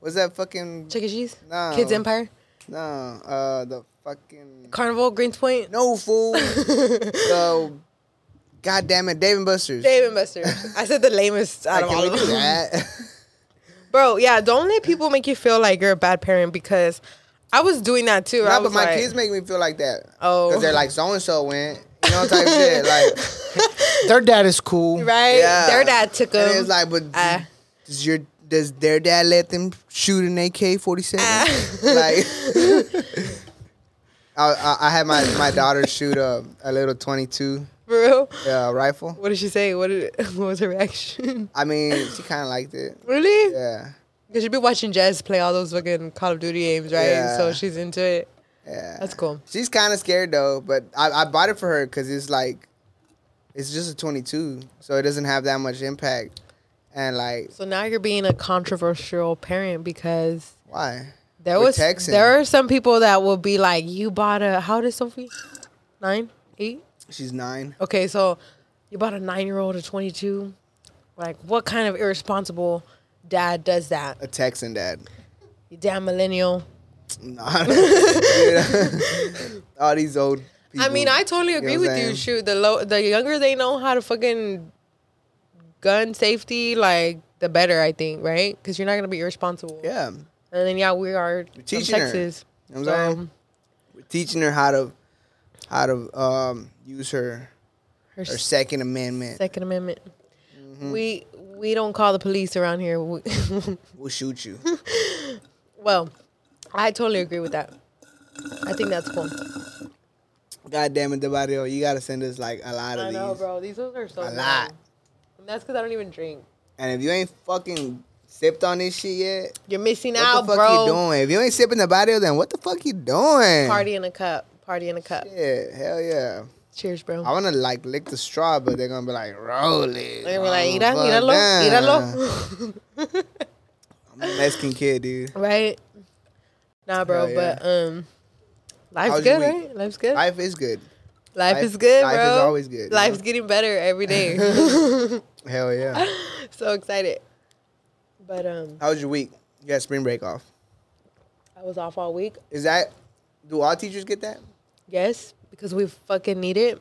Speaker 2: what's that fucking
Speaker 1: Chick E. Cheese,
Speaker 2: No.
Speaker 1: Kids Empire,
Speaker 2: no uh the fucking
Speaker 1: Carnival, Greens Point,
Speaker 2: no fool the goddamn it Dave and Buster's.
Speaker 1: Dave and Buster's. I said the lamest out
Speaker 2: Like,
Speaker 1: of
Speaker 2: can
Speaker 1: all
Speaker 2: we
Speaker 1: of
Speaker 2: do
Speaker 1: them.
Speaker 2: that?
Speaker 1: Bro, yeah, don't let people make you feel like you're a bad parent because I was doing that too. I
Speaker 2: no,
Speaker 1: was
Speaker 2: but my
Speaker 1: like-
Speaker 2: kids make me feel like that.
Speaker 1: Oh.
Speaker 2: because they're like so and so went, you know type shit. Like
Speaker 3: Their dad is cool.
Speaker 1: right?
Speaker 2: yeah,
Speaker 1: Their dad took them.
Speaker 2: And it's like, but
Speaker 1: Ah.
Speaker 2: does your does their dad let them shoot an AK forty seven?
Speaker 1: Uh,
Speaker 2: Like, I, I I had my my daughter shoot a a little twenty two
Speaker 1: for real.
Speaker 2: uh, rifle.
Speaker 1: What did she say? What did what was her reaction?
Speaker 2: I mean, she kind of liked it.
Speaker 1: really?
Speaker 2: Yeah,
Speaker 1: Because she'd be watching Jazz play all those fucking Call of Duty games, right?
Speaker 2: Yeah.
Speaker 1: So she's into it.
Speaker 2: yeah.
Speaker 1: That's cool.
Speaker 2: She's kind of scared though, but I, I bought it for her because it's like, it's just a twenty two, so it doesn't have that much impact. And like,
Speaker 1: So now you're being a controversial parent because
Speaker 2: why?
Speaker 1: there
Speaker 2: We're
Speaker 1: was
Speaker 2: texting.
Speaker 1: there are some people that will be like, "You bought a how old is Sophie? Nine, eight?
Speaker 2: She's nine.
Speaker 1: Okay, so you bought a nine year old a twenty two. Like, what kind of irresponsible dad does that?
Speaker 2: A Texan dad.
Speaker 1: You damn millennial."
Speaker 2: Nah, dude. all these old. People,
Speaker 1: I mean, I totally
Speaker 2: know
Speaker 1: agree
Speaker 2: what I'm
Speaker 1: with you.
Speaker 2: saying?
Speaker 1: Shoot, the low, the younger they know how to fucking gun safety, like the better I think, right? Because you're not gonna be irresponsible.
Speaker 2: yeah, you know
Speaker 1: And then yeah, we are from
Speaker 2: teaching her.
Speaker 1: Texas.
Speaker 2: what I'm saying?
Speaker 1: Um,
Speaker 2: We're teaching her how to how to um, use her
Speaker 1: her
Speaker 2: her Second Amendment.
Speaker 1: Second Amendment.
Speaker 2: Mm-hmm.
Speaker 1: We we don't call the police around here. We-
Speaker 2: We'll shoot you.
Speaker 1: well, I totally agree with that. I think that's cool.
Speaker 2: God damn it, DeBarrio, you gotta send us like a lot
Speaker 1: I
Speaker 2: of these.
Speaker 1: know, bro. These ones are so
Speaker 2: A
Speaker 1: good.
Speaker 2: lot.
Speaker 1: And that's because I don't even drink.
Speaker 2: And if you ain't fucking sipped on this shit yet,
Speaker 1: You're missing
Speaker 2: what
Speaker 1: out,
Speaker 2: the fuck
Speaker 1: bro.
Speaker 2: you doing? If you ain't sipping the barrio, then what the fuck you doing?
Speaker 1: Party in a cup. Party in a cup.
Speaker 2: Yeah, hell yeah.
Speaker 1: Cheers, bro.
Speaker 2: I wanna like lick the straw, but they're gonna be like, roll it.
Speaker 1: They're gonna be like,
Speaker 2: motherfucker."
Speaker 1: míralo,
Speaker 2: Damn.
Speaker 1: míralo.
Speaker 2: I'm a Mexican kid, dude.
Speaker 1: right? Nah, bro,
Speaker 2: Hell yeah.
Speaker 1: but um, life's
Speaker 2: How's your
Speaker 1: good,
Speaker 2: week?
Speaker 1: right? Life's good. Life,
Speaker 2: Life is good.
Speaker 1: is good,
Speaker 2: life
Speaker 1: bro.
Speaker 2: is always good, you
Speaker 1: Life's
Speaker 2: know?
Speaker 1: getting better every day.
Speaker 2: Hell yeah.
Speaker 1: so excited. But um,
Speaker 2: How was your week? You got spring break off.
Speaker 1: I was off all week.
Speaker 2: Is that do all teachers get that?
Speaker 1: Yes, because we fucking need it.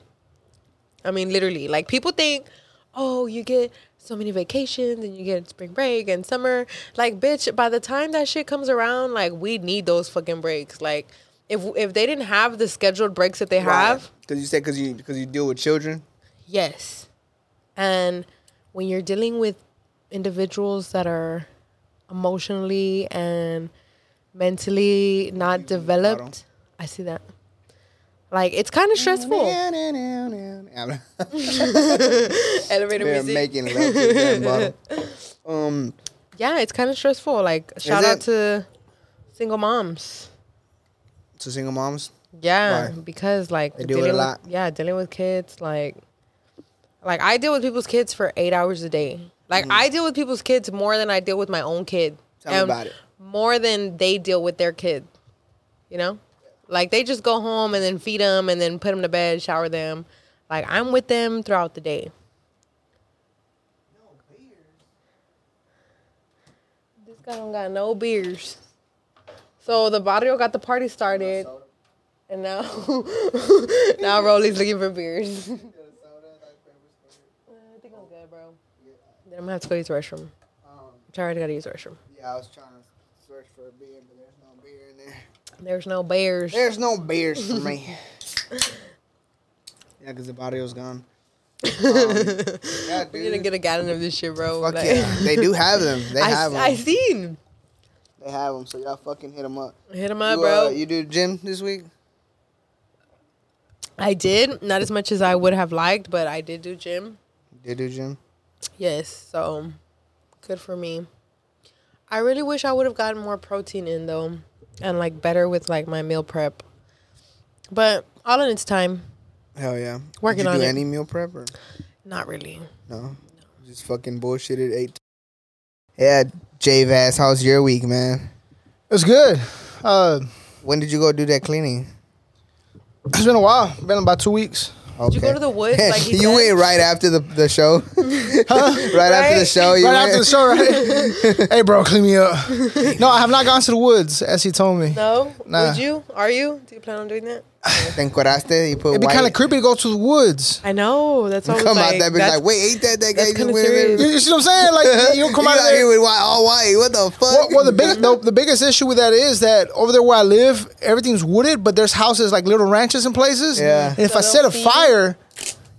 Speaker 1: I mean, literally, like people think, oh, you get so many vacations and you get spring break and summer. Like, bitch, by the time that shit comes around, like we need those fucking breaks. Like, if if they didn't have the scheduled breaks that they have,
Speaker 2: Because you said because you because you deal with children.
Speaker 1: yes. And when you're dealing with individuals that are emotionally and mentally not developed, I see that. Like it's kind of stressful.
Speaker 2: I'm
Speaker 1: Elevator
Speaker 2: they're
Speaker 1: music.
Speaker 2: making love to the damn bottle. Um,
Speaker 1: yeah, it's kind of stressful. Like shout out
Speaker 2: it?
Speaker 1: to single moms.
Speaker 2: to single moms.
Speaker 1: Yeah,
Speaker 2: Right.
Speaker 1: because like
Speaker 2: They deal with it a
Speaker 1: dealing
Speaker 2: lot.
Speaker 1: yeah, dealing with kids, like, like I deal with people's kids for eight hours a day. Like I deal with people's kids more than I deal with my own kid.
Speaker 2: Mm. Tell me
Speaker 1: and
Speaker 2: about it.
Speaker 1: More than they deal with their kid. You know, like they just go home and then feed them and then put them to bed, shower them. Like I'm with them throughout the day. This guy don't got no beers. So the barrio got the party started. And now, now Rolly's looking for beers. Uh, I think I'm good, bro. Then I'm gonna have to go use the restroom. I already gotta use the restroom.
Speaker 2: Um, Yeah, I was trying to search for a beer, but there's no beer in there.
Speaker 1: There's no bears.
Speaker 2: There's no beers for me. yeah, because the barrio's gone. Um, yeah,
Speaker 1: We're gonna
Speaker 2: dude.
Speaker 1: get a gallon of this shit, bro.
Speaker 2: Fuck
Speaker 1: Like-
Speaker 2: yeah, they do have them. They
Speaker 1: I,
Speaker 2: have them.
Speaker 1: I seen.
Speaker 2: They have them, so y'all fucking hit them up.
Speaker 1: Hit him up,
Speaker 2: you,
Speaker 1: bro.
Speaker 2: Uh, you do gym this week?
Speaker 1: I did not as much as I would have liked, but I did do gym.
Speaker 2: Did do gym?
Speaker 1: Yes, so good for me. I really wish I would have gotten more protein in though, and like better with like my meal prep. But all in its time,
Speaker 2: Hell yeah.
Speaker 1: Working
Speaker 2: Did
Speaker 1: on
Speaker 2: you do
Speaker 1: it.
Speaker 2: any meal prep or
Speaker 1: not really.
Speaker 2: no? Just fucking bullshitted eight. Yeah, J Vass, how's your week, man?
Speaker 3: It's good. Uh,
Speaker 2: When did you go do that cleaning?
Speaker 3: it's been a while. Been about two weeks.
Speaker 2: Okay.
Speaker 1: you go to the woods like he
Speaker 2: you
Speaker 1: said?
Speaker 2: went right after the, the show. right, after the
Speaker 1: Right?
Speaker 2: show. You
Speaker 3: right
Speaker 2: went-
Speaker 3: after the show, right? hey, bro, clean me up. No, I have not gone to the woods, as he told me.
Speaker 1: No,
Speaker 3: Nah.
Speaker 1: would you? Are you? Do you plan on doing that?
Speaker 2: Te encoraste, you put
Speaker 3: It'd be
Speaker 2: white.
Speaker 3: kind of creepy to go to the woods.
Speaker 1: I know. That's all.
Speaker 2: Come
Speaker 1: like,
Speaker 2: out that bitch
Speaker 1: that's-
Speaker 2: like, wait, ain't that that guy
Speaker 1: that's
Speaker 2: you
Speaker 1: kinda
Speaker 2: wearing?
Speaker 1: serious.
Speaker 3: You, you see what I'm saying? Like, you come
Speaker 2: You
Speaker 3: out of
Speaker 2: out here
Speaker 3: there.
Speaker 2: with white, all white. oh, What the fuck?
Speaker 3: Well, well the, big, the, the biggest issue with that is that over there where I live, everything's wooded, but there's houses like little ranches in places.
Speaker 2: Yeah.
Speaker 3: And if I
Speaker 1: So
Speaker 3: set a
Speaker 1: they'll see.
Speaker 3: fire,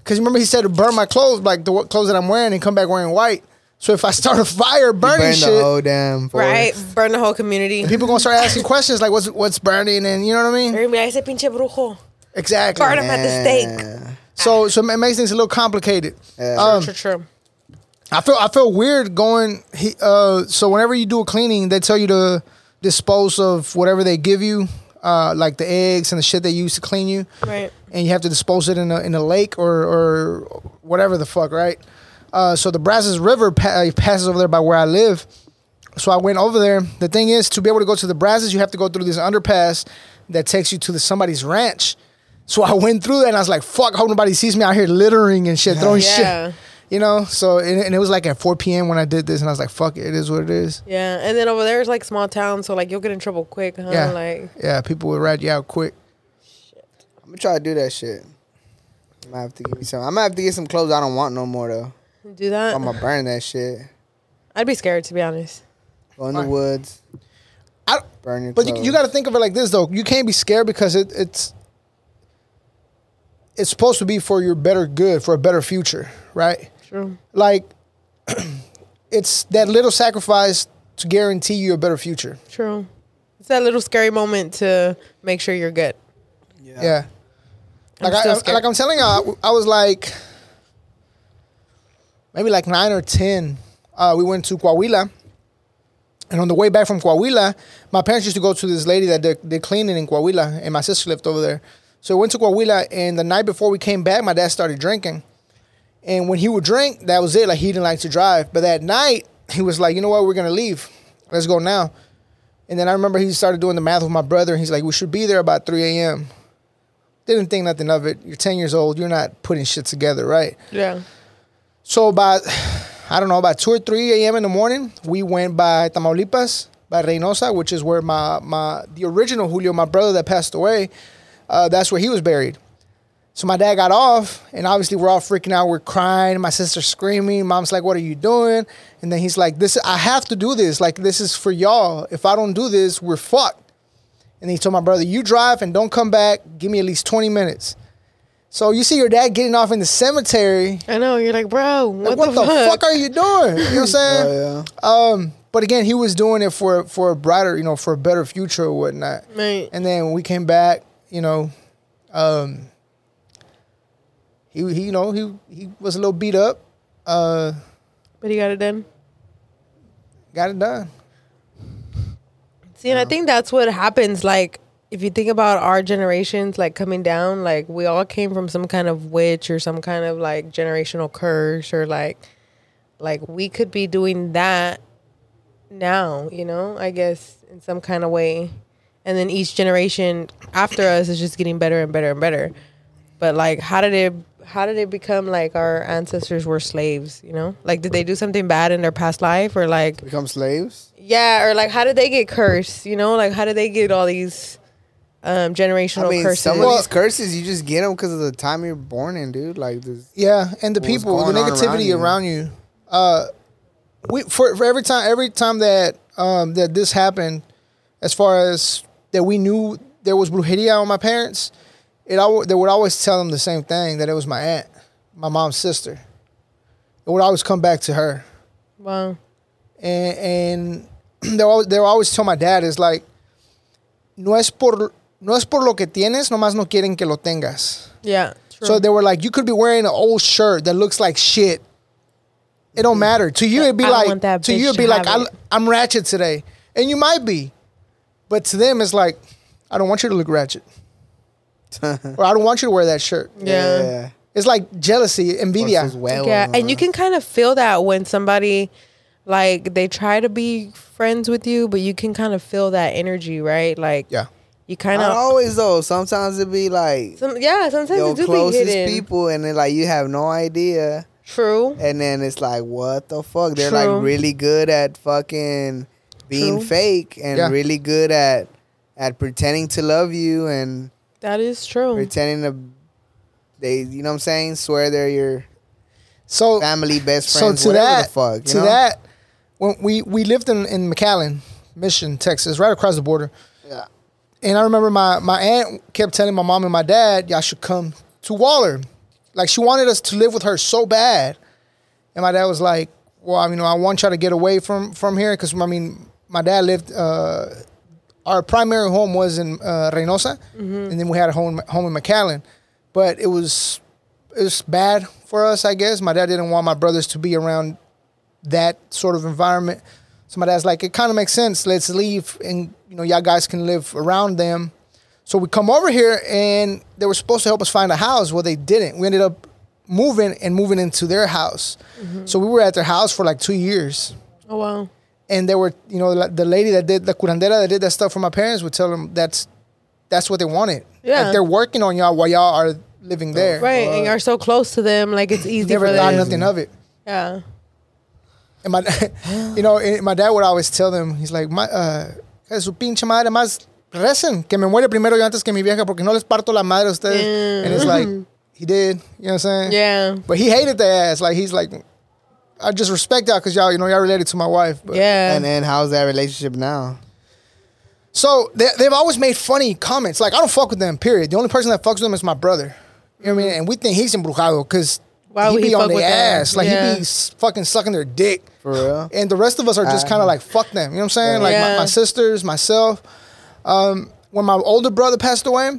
Speaker 3: because remember he said to burn my clothes, like the wo- clothes that I'm wearing, and come back wearing white. So if I start a fire burning
Speaker 2: Burn
Speaker 3: shit,
Speaker 2: the whole damn forest.
Speaker 1: right? Burn the whole community.
Speaker 3: people gonna start asking questions like what's what's burning and you know what I mean?
Speaker 1: Everybody, I said, pinche brujo.
Speaker 3: Exactly.
Speaker 1: Burn 'em at the stake.
Speaker 2: Yeah.
Speaker 3: So so it makes things a little complicated.
Speaker 2: Yeah.
Speaker 3: Um,
Speaker 1: True, true.
Speaker 3: I feel I feel weird going. He, uh, so whenever you do a cleaning, they tell you to dispose of whatever they give you, uh, like the eggs and the shit they use to clean you,
Speaker 1: Right.
Speaker 3: and you have to dispose it in a in a lake or or whatever the fuck, right? Uh, so the Brazos River pa- uh, passes over there by where I live. So I went over there. The thing is, to be able to go to the Brazos, you have to go through this underpass that takes you to the, somebody's ranch. So I went through that and I was like, fuck, hope nobody sees me out here littering and Oh, shit, throwing
Speaker 1: Yeah.
Speaker 3: shit. You know? So, and, and it was like at 4 p.m. when I did this and I was like, fuck it, it is what it is.
Speaker 1: Yeah, and then over there is like small town, so like you'll get in trouble quick, huh?
Speaker 3: Yeah.
Speaker 1: Like
Speaker 3: Yeah, people would rat you out quick.
Speaker 2: I'm gonna try to do that shit. I'm gonna have to give me some. I'm gonna have to get some clothes I don't want no more though.
Speaker 1: do that.
Speaker 2: I'm gonna burn that shit.
Speaker 1: I'd be scared to be honest.
Speaker 2: Go in the
Speaker 3: Fine.
Speaker 2: woods.
Speaker 3: I-
Speaker 2: burn your
Speaker 3: But
Speaker 2: clothes.
Speaker 3: you, you got to think of it like this, though. You can't be scared because it, it's it's supposed to be for your better good, for a better future, right?
Speaker 1: True.
Speaker 3: Like, it's that little sacrifice to guarantee you a better future.
Speaker 1: True. It's that little scary moment to make sure you're good.
Speaker 2: Yeah.
Speaker 3: Yeah.
Speaker 1: I'm
Speaker 3: Like i
Speaker 1: still
Speaker 3: I,
Speaker 1: scared.
Speaker 3: like I'm telling you, I, I was like maybe like nine or ten. Uh, we went to Coahuila, and on the way back from Coahuila, my parents used to go to this lady that did, did cleaning in Coahuila, and my sister lived over there. So we went to Coahuila, and the night before we came back, my dad started drinking, and when he would drink, that was it. Like he didn't like to drive, but that night he was like, you know what, we're gonna leave, let's go now. And then I remember he started doing the math with my brother, and he's like, we should be there about 3 a.m. Didn't think nothing of it. You're 10 years old. You're not putting shit together, right?
Speaker 1: Yeah.
Speaker 3: So by, I don't know, about 2 or 3 a.m. in the morning, we went by Tamaulipas, by Reynosa, which is where my, my the original Julio, my brother that passed away, uh, that's where he was buried. So my dad got off, and obviously we're all freaking out. We're crying. My sister's screaming. Mom's like, "What are you doing?" And then he's like, "This, I have to do this. Like, this is for y'all. If I don't do this, we're fucked." And he told my brother, "You drive and don't come back. Give me at least twenty minutes." So you see your dad getting off in the cemetery.
Speaker 1: I know. You're like, bro, what,
Speaker 3: Like, what, the, fuck? are you doing? You know what I'm saying? Um,
Speaker 2: Oh,
Speaker 3: But again, he was doing it for for a brighter, you know, for a better future or whatnot.
Speaker 1: Right.
Speaker 3: And then when we came back, you know, um, he, he you know he he was a little beat up. Uh,
Speaker 1: But he got it done.
Speaker 3: got it done.
Speaker 1: See, and I think that's what happens. Like, if you think about our generations like coming down, like we all came from some kind of witch or some kind of like generational curse or like like we could be doing that now, you know, I guess in some kind of way. And then each generation after us is just getting better and better and better. But like how did it how did it become like our ancestors were slaves, you know? Like did they do something bad in their past life or like
Speaker 2: Become slaves?
Speaker 1: yeah, or like how did they get cursed? You know, like how did they get all these um generational
Speaker 2: I mean,
Speaker 1: curses?
Speaker 2: some of these curses you just get them because of the time you're born in, dude. Like, this,
Speaker 3: Yeah, and the
Speaker 2: What's
Speaker 3: people, the
Speaker 2: going on
Speaker 3: negativity around
Speaker 2: around
Speaker 3: you. Uh, we for, for every time, every time that um, that this happened, as far as that we knew there was brujeria on my parents, it al- they would always tell them the same thing that it was my aunt, my mom's sister. It would always come back to her,
Speaker 1: wow.
Speaker 3: and and they always, they always tell my dad is like, no es por no es por lo que tienes, nomás no quieren que lo tengas.
Speaker 1: Yeah. True.
Speaker 3: So they were like, you could be wearing an old shirt that looks like shit. It don't matter to you. It'd be
Speaker 1: I don't
Speaker 3: like
Speaker 1: want that
Speaker 3: to
Speaker 1: bitch
Speaker 3: you. It'd
Speaker 1: to
Speaker 3: be like
Speaker 1: have
Speaker 3: I,
Speaker 1: it.
Speaker 3: I'm ratchet today, and you might be, but to them it's like I don't want you to look ratchet, or I don't want you to wear that shirt.
Speaker 1: yeah.
Speaker 3: It's like jealousy,
Speaker 2: Yeah.
Speaker 3: envidia.
Speaker 1: Yeah, and you can kind of feel that when somebody like they try to be friends with you, but you can kind of feel that energy, right? Like
Speaker 3: Yeah,
Speaker 1: you kind
Speaker 2: Not
Speaker 1: of
Speaker 2: always though. Sometimes it be like
Speaker 1: some, yeah, sometimes
Speaker 2: your
Speaker 1: it do be
Speaker 2: closest
Speaker 1: hidden.
Speaker 2: people, and then like you have no idea,
Speaker 1: True.
Speaker 2: and then it's like, what the fuck? They're
Speaker 1: True.
Speaker 2: like really good at fucking being
Speaker 1: True.
Speaker 2: fake, and
Speaker 3: Yeah.
Speaker 2: really good at at pretending to love you, and
Speaker 1: That is true.
Speaker 2: pretending to they, you know what I'm saying? Swear they're your
Speaker 3: so
Speaker 2: family, best
Speaker 3: so
Speaker 2: friends,
Speaker 3: to
Speaker 2: whatever
Speaker 3: that
Speaker 2: the fuck. You
Speaker 3: to
Speaker 2: know?
Speaker 3: that when we we lived in in McAllen, Mission, Texas, right across the border.
Speaker 2: Yeah.
Speaker 3: And I remember my, my aunt kept telling my mom and my dad, y'all should come to Waller. Like she wanted us to live with her so bad. And my dad was like, well, I mean, I want y'all to get away from, from here. Cause I mean, my dad lived, uh, our primary home was in uh, Reynosa.
Speaker 2: Mm-hmm.
Speaker 3: And then we had a home, home in McAllen, but it was, it was bad for us, I guess. My dad didn't want my brothers to be around that sort of environment. So my dad's like, it kind of makes sense. Let's leave, and you know, y'all guys can live around them. So we come over here, and they were supposed to help us find a house. Well, they didn't. We ended up moving and moving into their house.
Speaker 1: Mm-hmm.
Speaker 3: So we were at their house for like two years,
Speaker 1: Oh wow.
Speaker 3: and they were, you know, the- the lady that did the curandera that did that stuff for my parents would tell them that's that's what they wanted.
Speaker 1: Yeah. Oh.
Speaker 3: like they're working on y'all while y'all are living there.
Speaker 1: Right, and you're so close to them, like it's easy
Speaker 3: Never
Speaker 1: for
Speaker 3: thought
Speaker 1: them.
Speaker 3: nothing of it.
Speaker 1: Yeah.
Speaker 3: And my, you know, and my dad would always tell them, he's like, "Ma- uh, "Es su pinche madre más recen que me muere primero yo antes que mi vieja porque no les parto la madre a ustedes." And it's like he did, you know what I'm saying?
Speaker 1: Mm. Yeah.
Speaker 3: But he hated the ass. Like he's like, I just respect y'all because y'all, you know, y'all related to my wife. But.
Speaker 1: Yeah.
Speaker 2: And then how's that relationship now?
Speaker 3: So they, they've always made funny comments. Like I don't fuck with them. Period. The only person that fucks with them is my brother. You know what I mean? And we think he's embrujado because
Speaker 1: Why
Speaker 3: he
Speaker 1: would
Speaker 3: be
Speaker 1: he
Speaker 3: on
Speaker 1: fuck
Speaker 3: their
Speaker 1: with them?
Speaker 3: ass. Like he
Speaker 1: Yeah.
Speaker 3: be s- fucking sucking their dick.
Speaker 2: For real?
Speaker 3: and the rest of us are just
Speaker 2: Uh,
Speaker 3: kind of like fuck them. You know what I'm saying? Like my,
Speaker 1: Yeah.
Speaker 3: my sisters, myself. Um, when my older brother passed away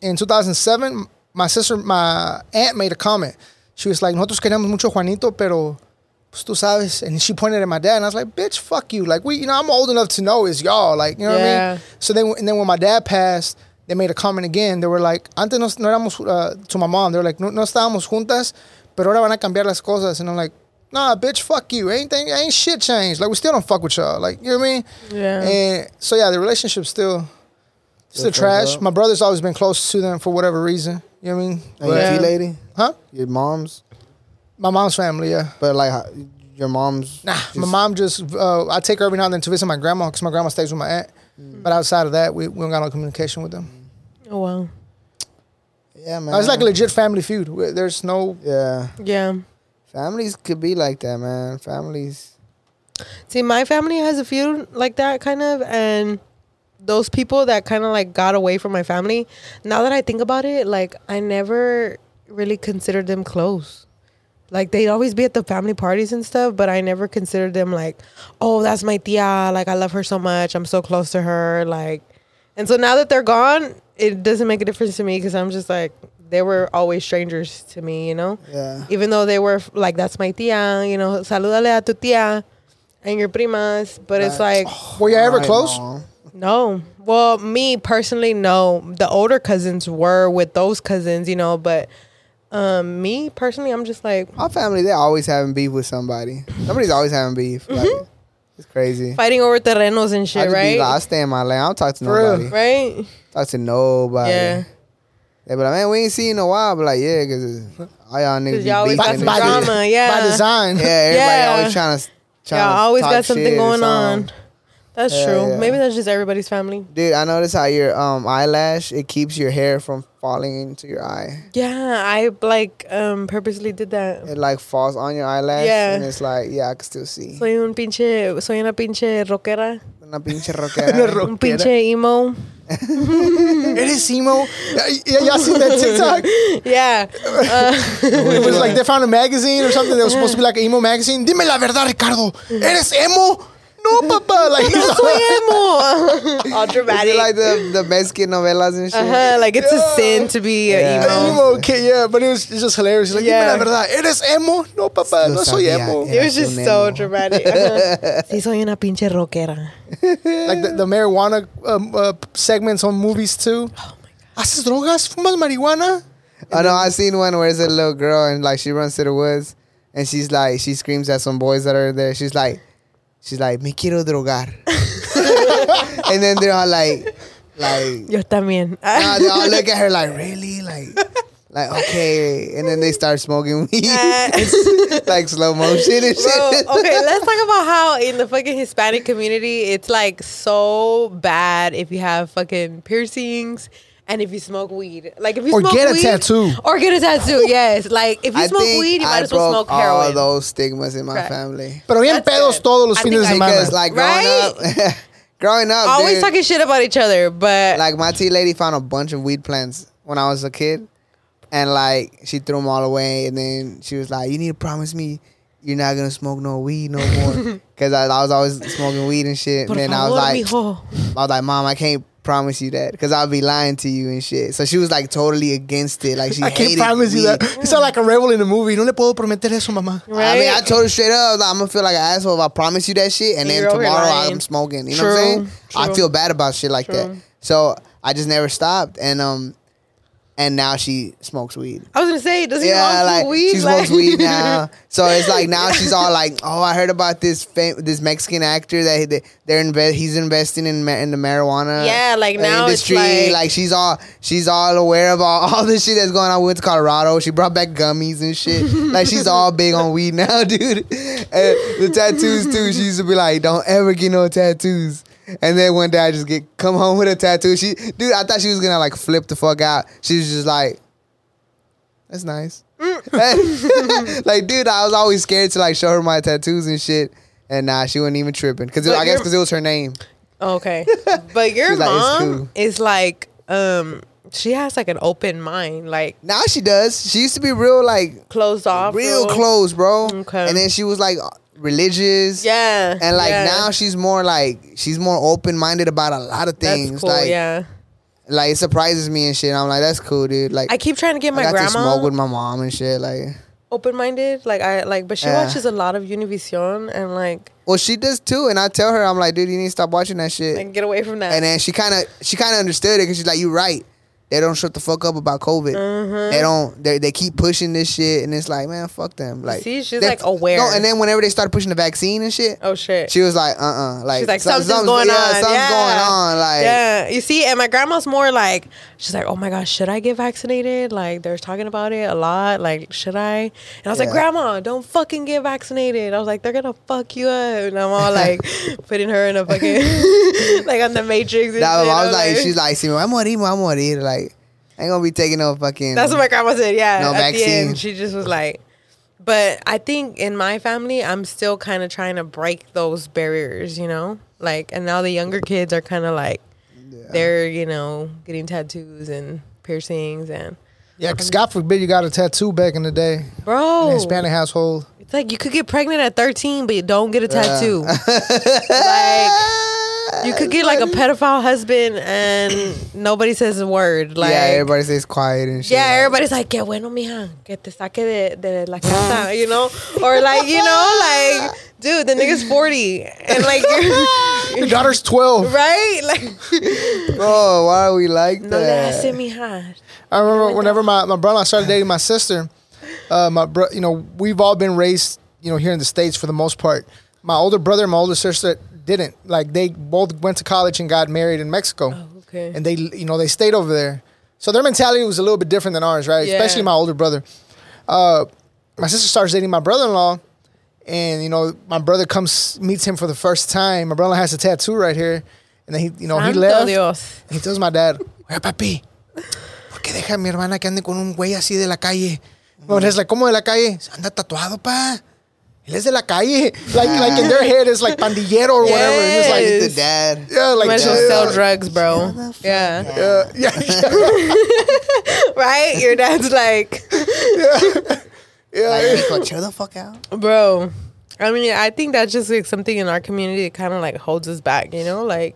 Speaker 3: in 2007, my sister, my aunt made a comment. She was like, "Nosotros queremos mucho a Juanito, pero pues tú sabes." And she pointed at my dad, and I was like, "Bitch, fuck you!" Like we, you know, I'm old enough to know is y'all. Like you know what I
Speaker 1: Yeah.
Speaker 3: mean? So then, and then when my dad passed. They made a comment again. They were like, antes no, no éramos, uh, to my mom, they were like, no, no estábamos juntas, pero ahora van a cambiar las cosas. And I'm like, nah, bitch, fuck you. Ain't thing, ain't shit changed. Like we still don't fuck with y'all. Like you know what I mean?
Speaker 1: Yeah.
Speaker 3: And so yeah, the relationship's still still
Speaker 2: Still fucked
Speaker 3: trash.
Speaker 2: up.
Speaker 3: My brother's always been close to them for whatever reason. You know what I mean?
Speaker 2: And your
Speaker 1: Yeah.
Speaker 2: tea lady?
Speaker 3: Huh?
Speaker 2: Your mom's?
Speaker 3: My mom's family, yeah.
Speaker 2: But like how- your mom's?
Speaker 3: Nah,
Speaker 2: just-
Speaker 3: my mom just uh, I take her every now and then to visit my grandma because my grandma stays with my aunt.
Speaker 2: Mm.
Speaker 3: But outside of that, we, we don't got no communication with them.
Speaker 1: oh wow.
Speaker 2: Yeah, man.
Speaker 3: Uh, It's like a legit family feud. We- There's no
Speaker 2: yeah,
Speaker 1: Yeah.
Speaker 2: families could be like that, man. Families.
Speaker 1: See, my family has a feud like that kind of, and those people that kind of like got away from my family. Now that I think about it, like I never really considered them close. Like they'd always be at the family parties and stuff, but I never considered them like, oh, that's my tia. Like I love her so much. I'm so close to her. Like, and so now that they're gone, it doesn't make a difference to me because I'm just like they were always strangers to me, you know
Speaker 2: Yeah.
Speaker 1: even though they were like, that's my tia, you know, saludale a tu tia and your primas. But it's like,
Speaker 3: were you ever
Speaker 2: Right,
Speaker 3: close?
Speaker 2: mom.
Speaker 1: no, Well, me personally, no. The older cousins were with those cousins, you know, but um, me personally, I'm just like
Speaker 2: Our family, they're always having beef with somebody. Somebody's always having beef. Like, It's crazy.
Speaker 1: fighting over terrenos and Mm-hmm.
Speaker 2: I
Speaker 1: shit,
Speaker 2: just be
Speaker 1: right?
Speaker 2: like, I stay in my lane. I don't talk to
Speaker 3: For real.
Speaker 2: nobody.
Speaker 1: Right?
Speaker 2: Talk to nobody.
Speaker 1: Yeah.
Speaker 2: They be like, man, we ain't seen in a while. But like, yeah, because all y'all niggas
Speaker 1: Because
Speaker 2: be
Speaker 1: y'all always got
Speaker 2: beefing
Speaker 1: some
Speaker 2: and shit.
Speaker 1: drama. Yeah.
Speaker 3: By design.
Speaker 2: Yeah, everybody
Speaker 1: Yeah.
Speaker 2: always trying to. Trying
Speaker 1: Y'all always
Speaker 2: talk
Speaker 1: got something
Speaker 2: shit or
Speaker 1: going
Speaker 2: something.
Speaker 1: on. That's
Speaker 2: Yeah,
Speaker 1: true.
Speaker 2: yeah.
Speaker 1: Maybe that's just everybody's family.
Speaker 2: Dude, I noticed how your um eyelash it keeps your hair from falling into your eye.
Speaker 1: Yeah, I like um purposely did that.
Speaker 2: It like falls on your eyelash,
Speaker 1: Yeah.
Speaker 2: and it's like, yeah, I can still see.
Speaker 1: Soy un pinche, soy una pinche rockera,
Speaker 2: Una pinche
Speaker 3: Una
Speaker 2: roquera.
Speaker 3: ro-
Speaker 1: un
Speaker 3: Rockera.
Speaker 1: pinche emo.
Speaker 3: Eres Mm. emo? Yeah, yeah, y'all seen that TikTok?
Speaker 2: Oh,
Speaker 1: Yeah, Uh,
Speaker 3: It was like they found a magazine or something that was supposed to be like an emo magazine. Dime la verdad, Ricardo.
Speaker 2: Mm.
Speaker 3: Eres emo? No, papa. Like, he's like,
Speaker 1: soy emo. All
Speaker 2: Is
Speaker 1: dramatic.
Speaker 2: it like the, the Mexican novelas and shit?
Speaker 1: Uh-huh, like it's a
Speaker 3: Yeah.
Speaker 1: sin to be an
Speaker 2: Yeah.
Speaker 1: emo.
Speaker 3: emo, okay, yeah. But it was it's just hilarious. Like,
Speaker 1: Yeah.
Speaker 3: dime la verdad. Eres emo? No, papa.
Speaker 2: Lo
Speaker 3: No soy
Speaker 2: sabía,
Speaker 3: emo.
Speaker 2: yeah.
Speaker 1: It was
Speaker 2: Era
Speaker 1: just
Speaker 2: un
Speaker 1: so
Speaker 2: emo.
Speaker 1: dramatic. Uh-huh. sí, soy una pinche rockera.
Speaker 3: Like the, the marijuana um, uh, segments on movies, too. ¿Haces drogas? ¿Fumas marihuana?
Speaker 2: Oh no, I seen one where it's a little girl and like she runs to the woods and she's like she screams at some boys that are there. She's like she's like me quiero drogar. and then they're all like like
Speaker 1: Yo también.
Speaker 2: nah, they all look at her like really like like okay and then they start smoking weed like slow motion and shit.
Speaker 1: Bro, okay, let's talk about how in the fucking Hispanic community, it's like so bad if you have fucking piercings and if you smoke weed. Like if you
Speaker 3: Or
Speaker 1: smoke
Speaker 3: get a
Speaker 1: weed,
Speaker 3: tattoo.
Speaker 1: or get a tattoo. Yes, like if you
Speaker 2: I
Speaker 1: smoke
Speaker 2: think
Speaker 1: weed, you
Speaker 2: I
Speaker 1: might as well
Speaker 2: broke
Speaker 1: smoke heroin.
Speaker 2: all those stigmas in my
Speaker 1: Correct.
Speaker 2: family.
Speaker 3: Pero bien
Speaker 1: That's
Speaker 3: pedos
Speaker 1: it.
Speaker 3: todos los
Speaker 1: I
Speaker 3: fines de
Speaker 1: think I
Speaker 3: semana.
Speaker 2: Because like growing up, growing up,
Speaker 1: Always
Speaker 2: dude,
Speaker 1: talking shit about each other, but
Speaker 2: like my tea lady found a bunch of weed plants when I was a kid, and like she threw them all away, and then she was like, "You need to promise me you're not gonna smoke no weed no more," because I, I was always smoking weed and shit.
Speaker 1: por
Speaker 2: and then I
Speaker 1: favor,
Speaker 2: was like,
Speaker 1: mijo.
Speaker 2: I was like, "Mom, I can't promise you that because I'll be lying to you and shit." So she was like totally against it, like she
Speaker 3: I can't
Speaker 2: hated
Speaker 3: promise you
Speaker 2: weed.
Speaker 3: that. You sound like a rebel in the movie. No le puedo prometer eso, mamá.
Speaker 2: I mean, I
Speaker 1: Right?
Speaker 2: told her straight up, like, I'm gonna feel like an asshole if I promise you that shit, and
Speaker 1: And
Speaker 2: then
Speaker 1: you're over here
Speaker 2: tomorrow
Speaker 1: lying.
Speaker 2: I'm smoking. You know what I'm
Speaker 1: True,
Speaker 2: saying? I
Speaker 1: true.
Speaker 2: feel bad about shit like that.
Speaker 1: True.
Speaker 2: So I just never stopped, and um, and now she smokes weed.
Speaker 1: I was gonna say, does he
Speaker 2: Yeah,
Speaker 1: all smoke
Speaker 2: like
Speaker 1: weed?
Speaker 2: she smokes weed now. So it's like now she's all like, "Oh, I heard about this fam- this Mexican actor that they, they're inve- he's investing in ma- in the marijuana
Speaker 1: Yeah, like,
Speaker 2: uh,
Speaker 1: now it's like-
Speaker 2: she's all she's all aware of all, all this shit that's going on. We went to Colorado. She brought back gummies and shit. like she's all big on weed now, dude. And the tattoos too. She used to be like, "Don't ever get no tattoos." And then one day I just get come home with a tattoo. She, dude, I thought she was gonna like flip the fuck out. She was just like, that's nice.
Speaker 1: Mm.
Speaker 2: like, dude, I was always scared to like show her my tattoos and shit. And nah, she wasn't even tripping. Cause it-
Speaker 1: But
Speaker 2: I guess
Speaker 1: you're-
Speaker 2: cause it was her name.
Speaker 1: Oh, Okay. But your
Speaker 2: She's like, "It's
Speaker 1: mom
Speaker 2: cool."
Speaker 1: is like, um, she has like an open mind, like
Speaker 2: Now she does. She used to be real like
Speaker 1: closed off.
Speaker 2: real
Speaker 1: bro.
Speaker 2: close, bro.
Speaker 1: Okay.
Speaker 2: And then she was like religious.
Speaker 1: Yeah.
Speaker 2: And like
Speaker 1: yeah.
Speaker 2: now she's more like she's more open minded about a lot of
Speaker 1: That's
Speaker 2: things.
Speaker 1: cool,
Speaker 2: like
Speaker 1: yeah.
Speaker 2: like it surprises me and shit. I'm like, that's cool, dude. Like
Speaker 1: I keep trying to get
Speaker 2: I
Speaker 1: my
Speaker 2: got to smoke
Speaker 1: grandma
Speaker 2: with my mom and shit. Like
Speaker 1: open minded. Like I like but she
Speaker 2: Yeah.
Speaker 1: watches a lot of Univision and like
Speaker 2: Well she does too, and I tell her, I'm like, dude, you need to stop watching that shit.
Speaker 1: and get away from that.
Speaker 2: And then she kind of she kind of understood it because she's like, "You right. They don't shut the fuck up about COVID.
Speaker 1: Mm-hmm.
Speaker 2: They don't. They they keep pushing this shit, and it's like, man, fuck them. Like,
Speaker 1: see, she's,
Speaker 2: that's-
Speaker 1: like, aware.
Speaker 2: No, and then whenever they started pushing the vaccine and shit,
Speaker 1: oh shit.
Speaker 2: she was like, "Uh, uh Like,
Speaker 1: She's like
Speaker 2: some-
Speaker 1: something's going
Speaker 2: yeah,
Speaker 1: on.
Speaker 2: Something's
Speaker 1: yeah.
Speaker 2: going on. Like,
Speaker 1: yeah, you see, and my grandma's more like she's like, oh my gosh, should I get vaccinated? Like they're talking about it a lot. Like should I? And I was
Speaker 2: Yeah.
Speaker 1: like, grandma, don't fucking get vaccinated. I was like, they're gonna fuck you up, and I'm all like putting her in a fucking like on the matrix. And
Speaker 2: that,
Speaker 1: shit.
Speaker 2: I was
Speaker 1: I'm
Speaker 2: like, she's like, "See, I'm gonna eat. I'm gonna eat. Like, I ain't gonna be taking no fucking.
Speaker 1: That's what my grandma said. Yeah.
Speaker 2: No
Speaker 1: At the
Speaker 2: vaccine.
Speaker 1: end, she just was like, but I think in my family, I'm still kind of trying to break those barriers, you know? Like, and now the younger kids are kind of like, they're, you know, getting tattoos and piercings and,
Speaker 3: Yeah, because God forbid you got a tattoo back in the day. In
Speaker 1: bro,
Speaker 3: a Hispanic household.
Speaker 1: it's like you could get pregnant at 13, but you don't get a tattoo. like, You could get like a pedophile husband and nobody says a word. Like
Speaker 2: yeah, everybody says quiet and shit.
Speaker 1: Yeah,
Speaker 2: like-
Speaker 1: everybody's like, qué bueno, mija, que te saque de, de la casa, you know? Or like, you know, like, dude, the nigga's 40. And like, you're-
Speaker 3: Your daughter's twelve.
Speaker 1: right? Like,
Speaker 2: Bro, why are we like
Speaker 1: no le
Speaker 2: that?
Speaker 1: hace, mija.
Speaker 3: I remember whenever my, my brother started dating my sister, uh, my bro, you know, we've all been raised, you know, here in the states for the most part. My older brother and my older sister didn't. Like they both went to college and got married in
Speaker 1: Oh,
Speaker 3: Mexico,
Speaker 1: okay.
Speaker 3: and they, you know, they stayed over there. So their mentality was a little bit different than ours, right?
Speaker 1: Yeah.
Speaker 3: Especially my older brother. Uh, my sister starts dating my brother-in-law, and you know, my brother comes meets him for the first time. My brother-in-law has a tattoo right here, and then he, you know, he
Speaker 1: Santo
Speaker 3: left.
Speaker 1: Dios.
Speaker 3: He tells my dad, Oye, papi, ¿por qué deja a mi hermana que ande con un güey así de la calle? Well, it's like, ¿cómo de la calle? Anda tatuado, pa. Él es de la calle. Like, like in their head, it's like pandillero or whatever. It's
Speaker 2: Like
Speaker 3: like,
Speaker 1: Yes.
Speaker 2: the dad.
Speaker 3: yeah, like
Speaker 1: Might as well
Speaker 3: yeah,
Speaker 1: sell
Speaker 3: like,
Speaker 1: drugs, bro. Yeah.
Speaker 3: yeah, yeah, yeah,
Speaker 1: Right? Your dad's like,
Speaker 3: yeah,
Speaker 2: Like, Nico, chill the fuck out.
Speaker 1: bro. I mean, I think that's just like something in our community that kind of like holds us back, you know? Like,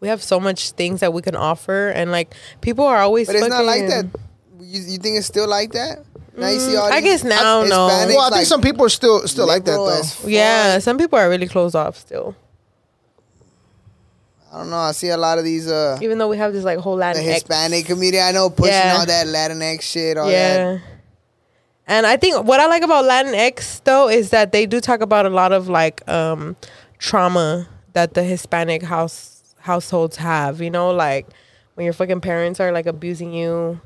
Speaker 1: we have so much things that we can offer, and like, people are always.
Speaker 2: But it's not like that.
Speaker 1: fucking-
Speaker 2: You, you think it's still like that? Now you see all
Speaker 1: Mm, I
Speaker 2: these
Speaker 1: guess now,
Speaker 2: Hispanics,
Speaker 1: no.
Speaker 3: Well, I think
Speaker 2: like,
Speaker 3: some people are still still like that
Speaker 2: liberal
Speaker 3: though.
Speaker 2: as fuck.
Speaker 1: Yeah, some people are really closed off still.
Speaker 2: I don't know. I see a lot of these uh
Speaker 1: Even though we have this like whole
Speaker 2: the
Speaker 1: Latin
Speaker 2: Hispanic community. I know pushing
Speaker 1: Yeah.
Speaker 2: all that Latinx shit. All
Speaker 1: yeah.
Speaker 2: that.
Speaker 1: And I think what I like about Latinx though is that they do talk about a lot of like um trauma that the Hispanic house households have, you know, like when your fucking parents are like abusing you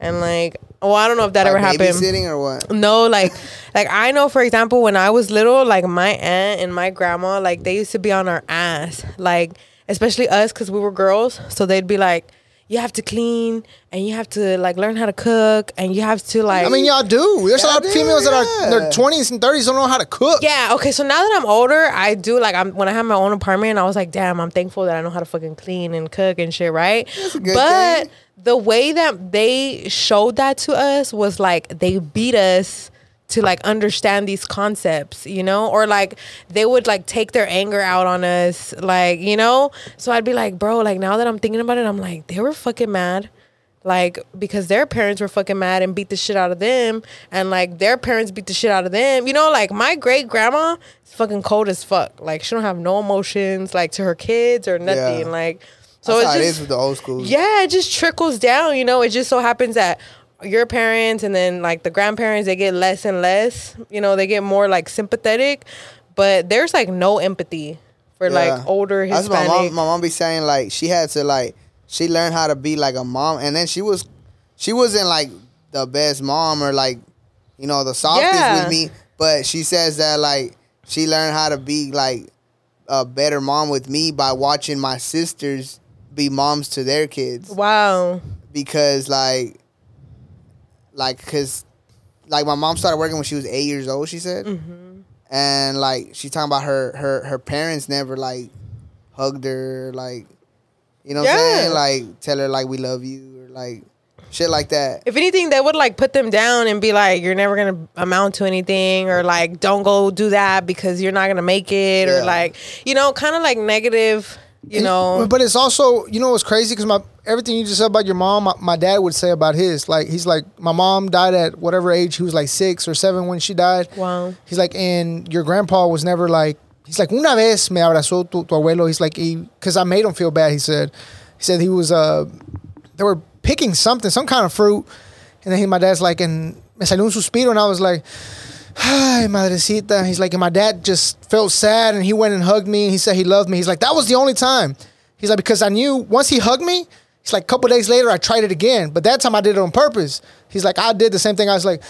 Speaker 1: and like oh I don't know if that
Speaker 2: Like
Speaker 1: ever happened.
Speaker 2: Babysitting or what?
Speaker 1: No, like, like I know, for example, when I was little, like my aunt and my grandma, like they used to be on our ass, like especially us, cause we were girls. So they'd be like, "You have to clean, and you have to like learn how to cook, and you have to like."
Speaker 3: I mean, y'all do. There's a lot of
Speaker 2: Goddamn,
Speaker 3: females that are in
Speaker 2: yeah.
Speaker 3: their twenties and thirties don't know how to cook.
Speaker 1: Yeah. Okay. So now that I'm older, I do like I'm when I have my own apartment. I was like, damn, I'm thankful that I know how to fucking clean and cook and shit, right?
Speaker 2: good
Speaker 1: but
Speaker 2: thing.
Speaker 1: the way that they showed that to us was like they beat us to like understand these concepts, you know, or like they would like take their anger out on us, like you know. So I'd be like, bro, like now that I'm thinking about it, I'm like, they were fucking mad like because their parents were fucking mad and beat the shit out of them and like their parents beat the shit out of them you know like my great grandma is fucking cold as fuck like she don't have no emotions like to her kids or nothing
Speaker 2: Yeah.
Speaker 1: like so
Speaker 2: That's
Speaker 1: it's
Speaker 2: how it
Speaker 1: just
Speaker 2: is with the old school.
Speaker 1: yeah it just trickles down you know it just so happens that your parents and then like the grandparents they get less and less you know they get more like sympathetic but there's like no empathy for
Speaker 2: Yeah.
Speaker 1: like older hispanic
Speaker 2: That's what my mom. My mom be saying like she had to like she learned how to be like a mom, and then she was she wasn't like the best mom or like you know the softest
Speaker 1: Yeah.
Speaker 2: with me, but she says that like she learned how to be like a better mom with me by watching my sisters be moms to their kids
Speaker 1: wow
Speaker 2: because like like because like my mom started working when she was eight years old she said and like she's talking about her her her parents never like hugged her like you know what
Speaker 1: Yeah.
Speaker 2: i'm saying like tell her like we love you or like shit like that
Speaker 1: if anything, they would like put them down and be like, "You're never gonna amount to anything," or like, "Don't go do that because you're not gonna make it,"
Speaker 2: Yeah.
Speaker 1: or like, you know, kind of like negative, you
Speaker 3: And-
Speaker 1: know.
Speaker 3: But it's also, you know, what's crazy because my everything you just said about your mom, my, my dad would say about his. Like he's like, my mom died at whatever age he was like six or seven when she died.
Speaker 1: Wow.
Speaker 3: He's like, and your grandpa was never like. He's like, una vez me abrazó tu, tu abuelo. He's like, because I made him feel bad. He said, he said he was uh, they were picking something, some kind of fruit, and then he, my dad's like, and me salió un suspiro, and I was like. Ay, madrecita. He's like, and my dad just felt sad and he went and hugged me and he said he loved me. He's like, that was the only time. He's like, because I knew once he hugged me, he's like, a couple days later, I tried it again, but that time I did it on purpose. He's like, I did the same thing. I was like,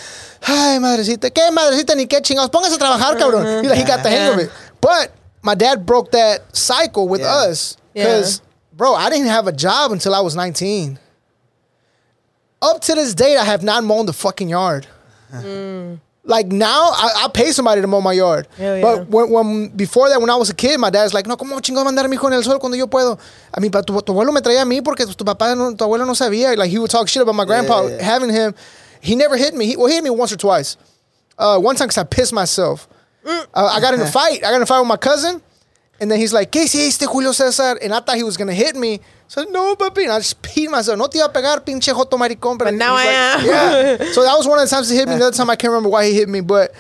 Speaker 3: ay, madrecita, que madrecita ni que chingados, póngase a trabajar, cabrón. He, like, he got the hang of
Speaker 1: Yeah.
Speaker 3: it. But my dad broke that cycle with
Speaker 2: Yeah.
Speaker 3: us
Speaker 1: Yeah.
Speaker 3: because, bro, I didn't have a job until I was 19. Up to this date, I have not mown the fucking yard.
Speaker 2: Mm.
Speaker 3: Like now, I, I pay somebody to mow my yard.
Speaker 1: Hell yeah.
Speaker 3: But when, when before that, when I was a kid, my dad's like, no, ¿cómo chingo mandar a mi hijo en el sol cuando yo puedo? A mi pa- tu, tu abuelo me traía a mí porque tu papá, no, tu abuelo no sabía. Like he would talk shit about my grandpa
Speaker 2: yeah.
Speaker 3: having him. He never hit me. He, well, he hit me once or twice.
Speaker 1: Mm.
Speaker 3: Uh, one time because I pissed myself. Uh, I got in a fight. I got in a fight with my cousin. And then he's like, ¿Qué hiciste, Julio César? And I thought he was going to hit me. So, no, papi. And I just peed myself. No te iba a pegar, pinche joto maricón.
Speaker 1: But now
Speaker 3: he's
Speaker 1: I am.
Speaker 3: Yeah. So that was one of the times he hit me. The other time, I can't remember why he hit me. But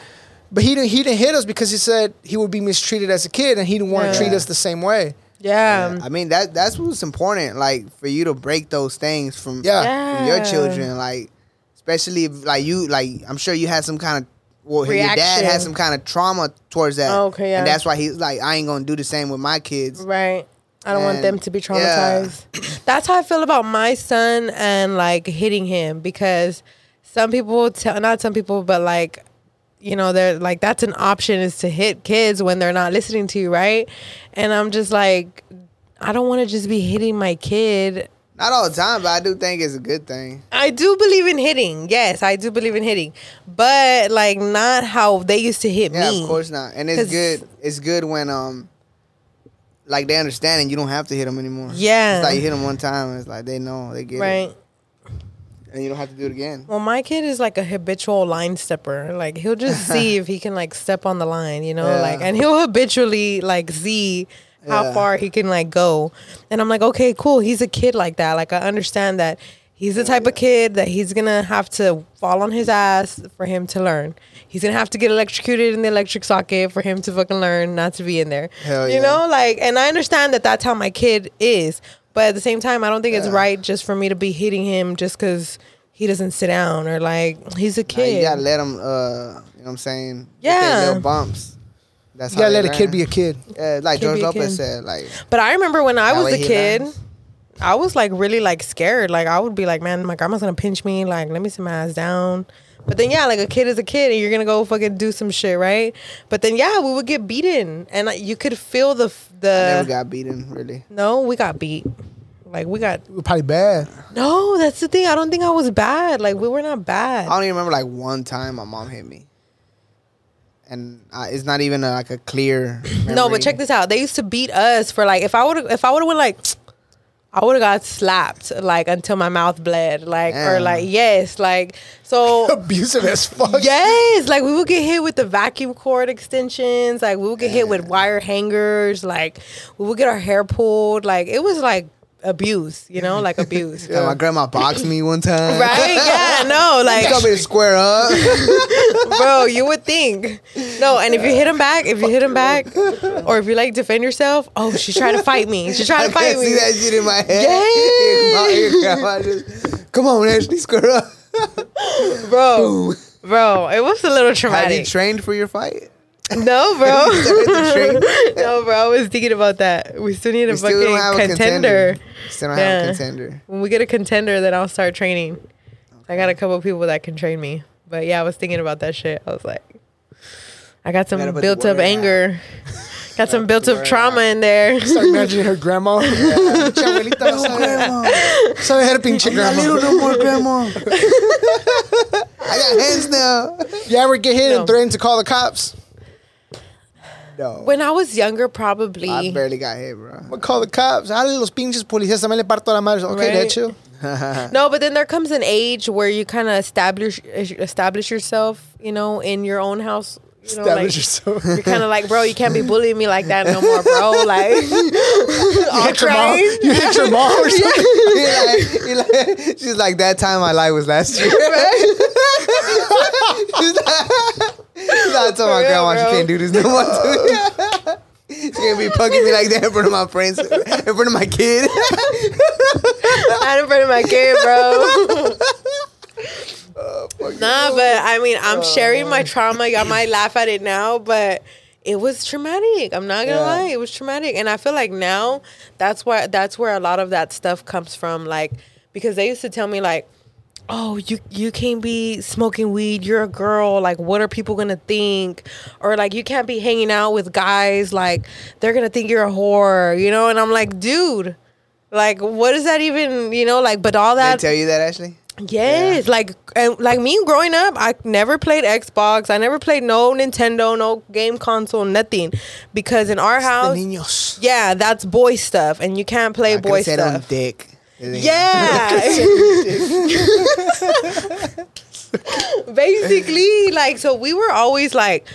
Speaker 3: but he didn't, he didn't hit us because he said he would be mistreated as a kid and he didn't want to
Speaker 1: Yeah.
Speaker 3: treat us the same way.
Speaker 1: Yeah.
Speaker 2: I mean that that's what's important, like for you to break those things from,
Speaker 3: Yeah.
Speaker 2: from your
Speaker 1: Yeah.
Speaker 2: children, like especially if like you like I'm sure you had some kind of well your dad
Speaker 1: Reaction. Oh,
Speaker 2: had some kind of trauma towards that.
Speaker 1: Okay, yeah.
Speaker 2: And that's why he's like, I ain't gonna do the same with my kids.
Speaker 1: Right. I don't want
Speaker 2: And-
Speaker 1: them to be
Speaker 2: yeah.
Speaker 1: traumatized. That's how I feel about my son and like hitting him because some people tell not some people but like you know they're like that's an option is to hit kids when they're not listening to you, right? And I'm just like I don't want to just be hitting my kid.
Speaker 2: Not all the time, but I do think it's a good thing.
Speaker 1: I do believe in hitting. Yes, I do believe in hitting. But like not how they used to hit
Speaker 2: Yeah,
Speaker 1: me.
Speaker 2: of course not. And
Speaker 1: 'Cause-
Speaker 2: it's good it's good when um like they understand and you don't have to hit them anymore.
Speaker 1: Yeah.
Speaker 2: It's like you hit them one time and it's like they know, they get
Speaker 1: Right.
Speaker 2: it. And you don't have to do it again.
Speaker 1: Well, my kid is like a habitual line stepper. Like he'll just see if he can like step on the line, you know,
Speaker 2: Yeah.
Speaker 1: like and he'll habitually like see how
Speaker 2: Yeah.
Speaker 1: far he can like go. And I'm like, okay, cool. He's a kid like that. Like I understand that he's the type of kid that he's gonna have to fall on his ass for him to learn. He's gonna have to get electrocuted in the electric socket for him to fucking learn not to be in there.
Speaker 2: Hell
Speaker 1: you
Speaker 2: yeah.
Speaker 1: know, like, and I understand that that's how my kid is, but at the same time, I don't think it's
Speaker 2: Yeah.
Speaker 1: right just for me to be hitting him just because he doesn't sit down or like he's a
Speaker 2: Nah, you
Speaker 1: kid.
Speaker 2: gotta let them. Uh, you know what I'm saying? Get
Speaker 1: Yeah.
Speaker 2: their little bumps. That's
Speaker 3: You got to
Speaker 2: how
Speaker 3: let
Speaker 2: they
Speaker 3: a kid
Speaker 2: learn.
Speaker 3: be a kid.
Speaker 2: Yeah, like
Speaker 1: Kid
Speaker 2: George
Speaker 1: be a
Speaker 2: Lopez
Speaker 1: kid.
Speaker 2: said, like
Speaker 1: but I remember when I
Speaker 2: That
Speaker 1: was
Speaker 2: way
Speaker 1: a
Speaker 2: he
Speaker 1: kid,
Speaker 2: learns.
Speaker 1: I was like really like scared. Like I would be like, man, my grandma's gonna pinch me. Like let me sit my ass down. But then yeah, like a kid is a kid, and you're gonna go fucking do some shit, right? But then yeah, we would get beaten, and like, you could feel the f-
Speaker 2: I never
Speaker 1: the.
Speaker 2: got beaten really.
Speaker 1: no, we got beat. Like we got
Speaker 3: We were probably bad.
Speaker 1: no. That's the thing. I don't think I was bad. Like we were not bad.
Speaker 2: I don't even remember like one time my mom hit me, and I, it's not even uh like a clear.
Speaker 1: No,
Speaker 2: memory.
Speaker 1: but check this out. They used to beat us for like if I would if I would have went like I would have got slapped like until my mouth bled like or
Speaker 2: Damn.
Speaker 1: like yes like so
Speaker 3: Abusive as fuck.
Speaker 1: yes like we would get hit with the vacuum cord extensions like we would get hit with wire hangers like we would get our hair pulled like it was like abuse you know like abuse
Speaker 2: Yeah, my grandma boxed me one time.
Speaker 1: right yeah no
Speaker 2: She
Speaker 1: like
Speaker 2: told me to square up.
Speaker 1: bro you would think no and if you hit him back if you hit him back or if you like defend yourself oh she tried to fight me she tried
Speaker 2: I
Speaker 1: to fight
Speaker 2: can't
Speaker 1: me
Speaker 2: see that shit in my head.
Speaker 1: Yeah.
Speaker 2: Your grandma- your grandma just, Come on, Ashley, square up.
Speaker 1: bro. Bro, it was a little
Speaker 2: Have you
Speaker 1: traumatic.
Speaker 2: trained for your fight?
Speaker 1: no, bro.
Speaker 2: trained?
Speaker 1: no, bro. I was thinking about that. We still need a
Speaker 2: We
Speaker 1: fucking
Speaker 2: still don't have
Speaker 1: contender.
Speaker 2: a contender. Still don't have
Speaker 1: Yeah.
Speaker 2: a contender.
Speaker 1: When we get a contender, then I'll start training. I got a couple people that can train me. But yeah, I was thinking about that shit. I was like, I got
Speaker 2: Gotta
Speaker 1: some
Speaker 2: put the
Speaker 1: built
Speaker 2: word
Speaker 1: up
Speaker 2: out.
Speaker 1: anger. got some built
Speaker 2: word
Speaker 1: up trauma in there.
Speaker 3: Start imagining her grandma.
Speaker 2: grandma.
Speaker 3: So I had a pinche
Speaker 2: Not
Speaker 3: grandma.
Speaker 2: little no more, grandma. I got hands now.
Speaker 3: You ever get hit
Speaker 1: No.
Speaker 3: and threaten to call the cops?
Speaker 2: No,
Speaker 1: when I was younger, probably.
Speaker 2: I barely got hit, bro.
Speaker 3: I'm gonna call the cops. Dale los pinches policías también le parto la madre. Okay,
Speaker 1: Right.
Speaker 3: that chill.
Speaker 1: No, but then there comes an age where you kind of establish establish yourself, you know, in your own house. You know,
Speaker 3: Establish
Speaker 1: like,
Speaker 3: yourself.
Speaker 1: You're kind of like, bro, you can't be bullying me like that no more, bro. Like,
Speaker 3: You
Speaker 1: all
Speaker 3: hit your mom.
Speaker 1: crazy.
Speaker 3: You hit your mom or something.
Speaker 2: You're like- you're like- she's like that time my life was last year. she's like, she's like, I told my
Speaker 1: real,
Speaker 2: grandma
Speaker 1: bro.
Speaker 2: she can't do this no more. too. she can't be punking me like that in front of my friends, in front of my kid.
Speaker 1: Not in front of my kid, bro. nah, but I mean, I'm
Speaker 2: Oh,
Speaker 1: sharing my trauma. Y'all might laugh at it now, but it was traumatic. I'm not gonna
Speaker 2: Yeah.
Speaker 1: lie, it was traumatic, and I feel like now that's why that's where a lot of that stuff comes from. Like because they used to tell me like. Oh, you you can't be smoking weed. You're a girl. Like, what are people gonna think? Or like, you can't be hanging out with guys. Like, they're gonna think you're a whore. You know? And I'm like, dude, like, what is that even? You know? Like, but all
Speaker 2: They
Speaker 1: that
Speaker 2: tell you that, Ashley?
Speaker 1: Yes, like and, like me growing up, I never played Xbox. I never played no Nintendo, no game console, nothing, because in our house,
Speaker 3: niños.
Speaker 1: yeah, that's boy stuff, and you can't play
Speaker 2: I could've
Speaker 1: boy
Speaker 2: said on
Speaker 1: stuff.
Speaker 2: dick.
Speaker 1: Yeah. Basically, like so we were always like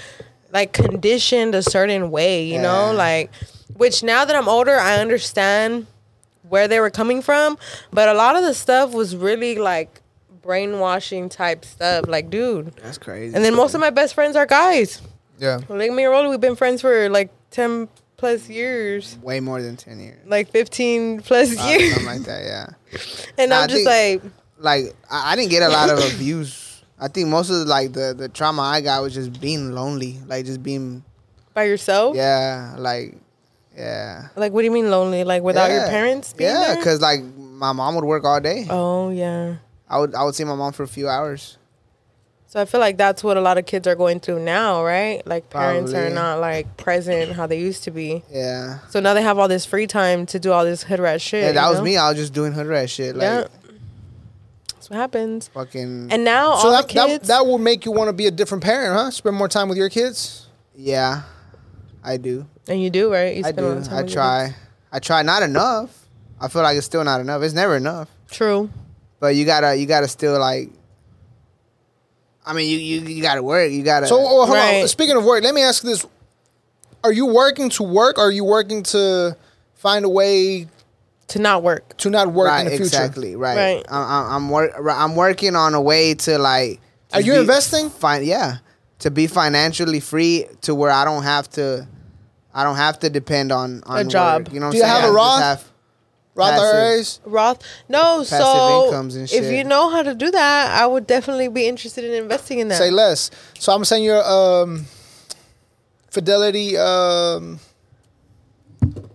Speaker 1: like conditioned a certain way, you know,
Speaker 2: Yeah.
Speaker 1: like Which now that I'm older, I understand where they were coming from. But a lot of the stuff was really like brainwashing type stuff. Like, dude.
Speaker 2: That's crazy.
Speaker 1: And then most of my best friends are guys.
Speaker 3: Yeah.
Speaker 1: Like me and Rolly, we've been friends for like 10 plus years,
Speaker 2: way more than ten years.
Speaker 1: like 15 plus
Speaker 2: Uh,
Speaker 1: years.
Speaker 2: something like that. Yeah.
Speaker 1: and
Speaker 2: Nah, I
Speaker 1: I'm just
Speaker 2: think-
Speaker 1: like,
Speaker 2: Like I, I didn't get a lot of abuse. I think most of the, like the the trauma I got was just being lonely, like just being
Speaker 1: by yourself?
Speaker 2: yeah, like yeah.
Speaker 1: Like, what do you mean lonely? Like, without your
Speaker 2: Yeah.
Speaker 1: parents being
Speaker 2: Yeah,
Speaker 1: there?
Speaker 2: because like my mom would work all day.
Speaker 1: Oh, yeah.
Speaker 2: I would I would see my mom for a few hours.
Speaker 1: So I feel like that's what a lot of kids are going through now, right? Like parents are
Speaker 2: Probably.
Speaker 1: not like present how they used to be.
Speaker 2: Yeah.
Speaker 1: So now they have all this free time to do all this hood rat shit.
Speaker 2: Yeah, that
Speaker 1: you
Speaker 2: was
Speaker 1: know?
Speaker 2: me. I was just doing hood rat shit, like
Speaker 1: Yeah. That's what happens.
Speaker 2: fucking.
Speaker 1: And now
Speaker 3: So
Speaker 1: Oh, all
Speaker 3: that,
Speaker 1: the
Speaker 3: that
Speaker 1: kids.
Speaker 3: that will make you want to be a different parent, huh? Spend more time with your kids.
Speaker 2: yeah, I do.
Speaker 1: and you do, right? You
Speaker 2: I
Speaker 1: spend a lot
Speaker 2: do.
Speaker 1: of time
Speaker 2: I
Speaker 1: with your kids.
Speaker 2: try. I try. Not enough. I feel like it's still not enough. It's never enough.
Speaker 1: True.
Speaker 2: But you gotta. You gotta still like. I mean, you you, you gotta work. You gotta.
Speaker 3: So oh, hold on.
Speaker 1: Right.
Speaker 3: Speaking of work, let me ask this: Are you working to work? Or are you working to find a way
Speaker 1: To not work.
Speaker 3: to not work
Speaker 2: right,
Speaker 3: in the future?
Speaker 2: exactly. Right.
Speaker 1: Right.
Speaker 2: I'm I'm, I'm, wor- I'm working on a way to like.
Speaker 3: Are
Speaker 2: to
Speaker 3: you
Speaker 2: be
Speaker 3: investing?
Speaker 2: Fin- yeah, to be financially free to where I don't have to. I don't have to depend on, on work,
Speaker 1: job.
Speaker 2: you know, what
Speaker 3: Do you
Speaker 2: I'm
Speaker 3: have
Speaker 2: saying? I
Speaker 3: a
Speaker 2: just
Speaker 3: Roth?
Speaker 2: have-
Speaker 3: Roth
Speaker 2: Passive.
Speaker 3: IRAs.
Speaker 1: Roth. No,
Speaker 2: Passive
Speaker 1: so
Speaker 2: incomes and
Speaker 1: if
Speaker 2: shit.
Speaker 1: you know how to do that, I would definitely be interested in investing in that.
Speaker 3: Say less. So I'm saying your um, Fidelity um, that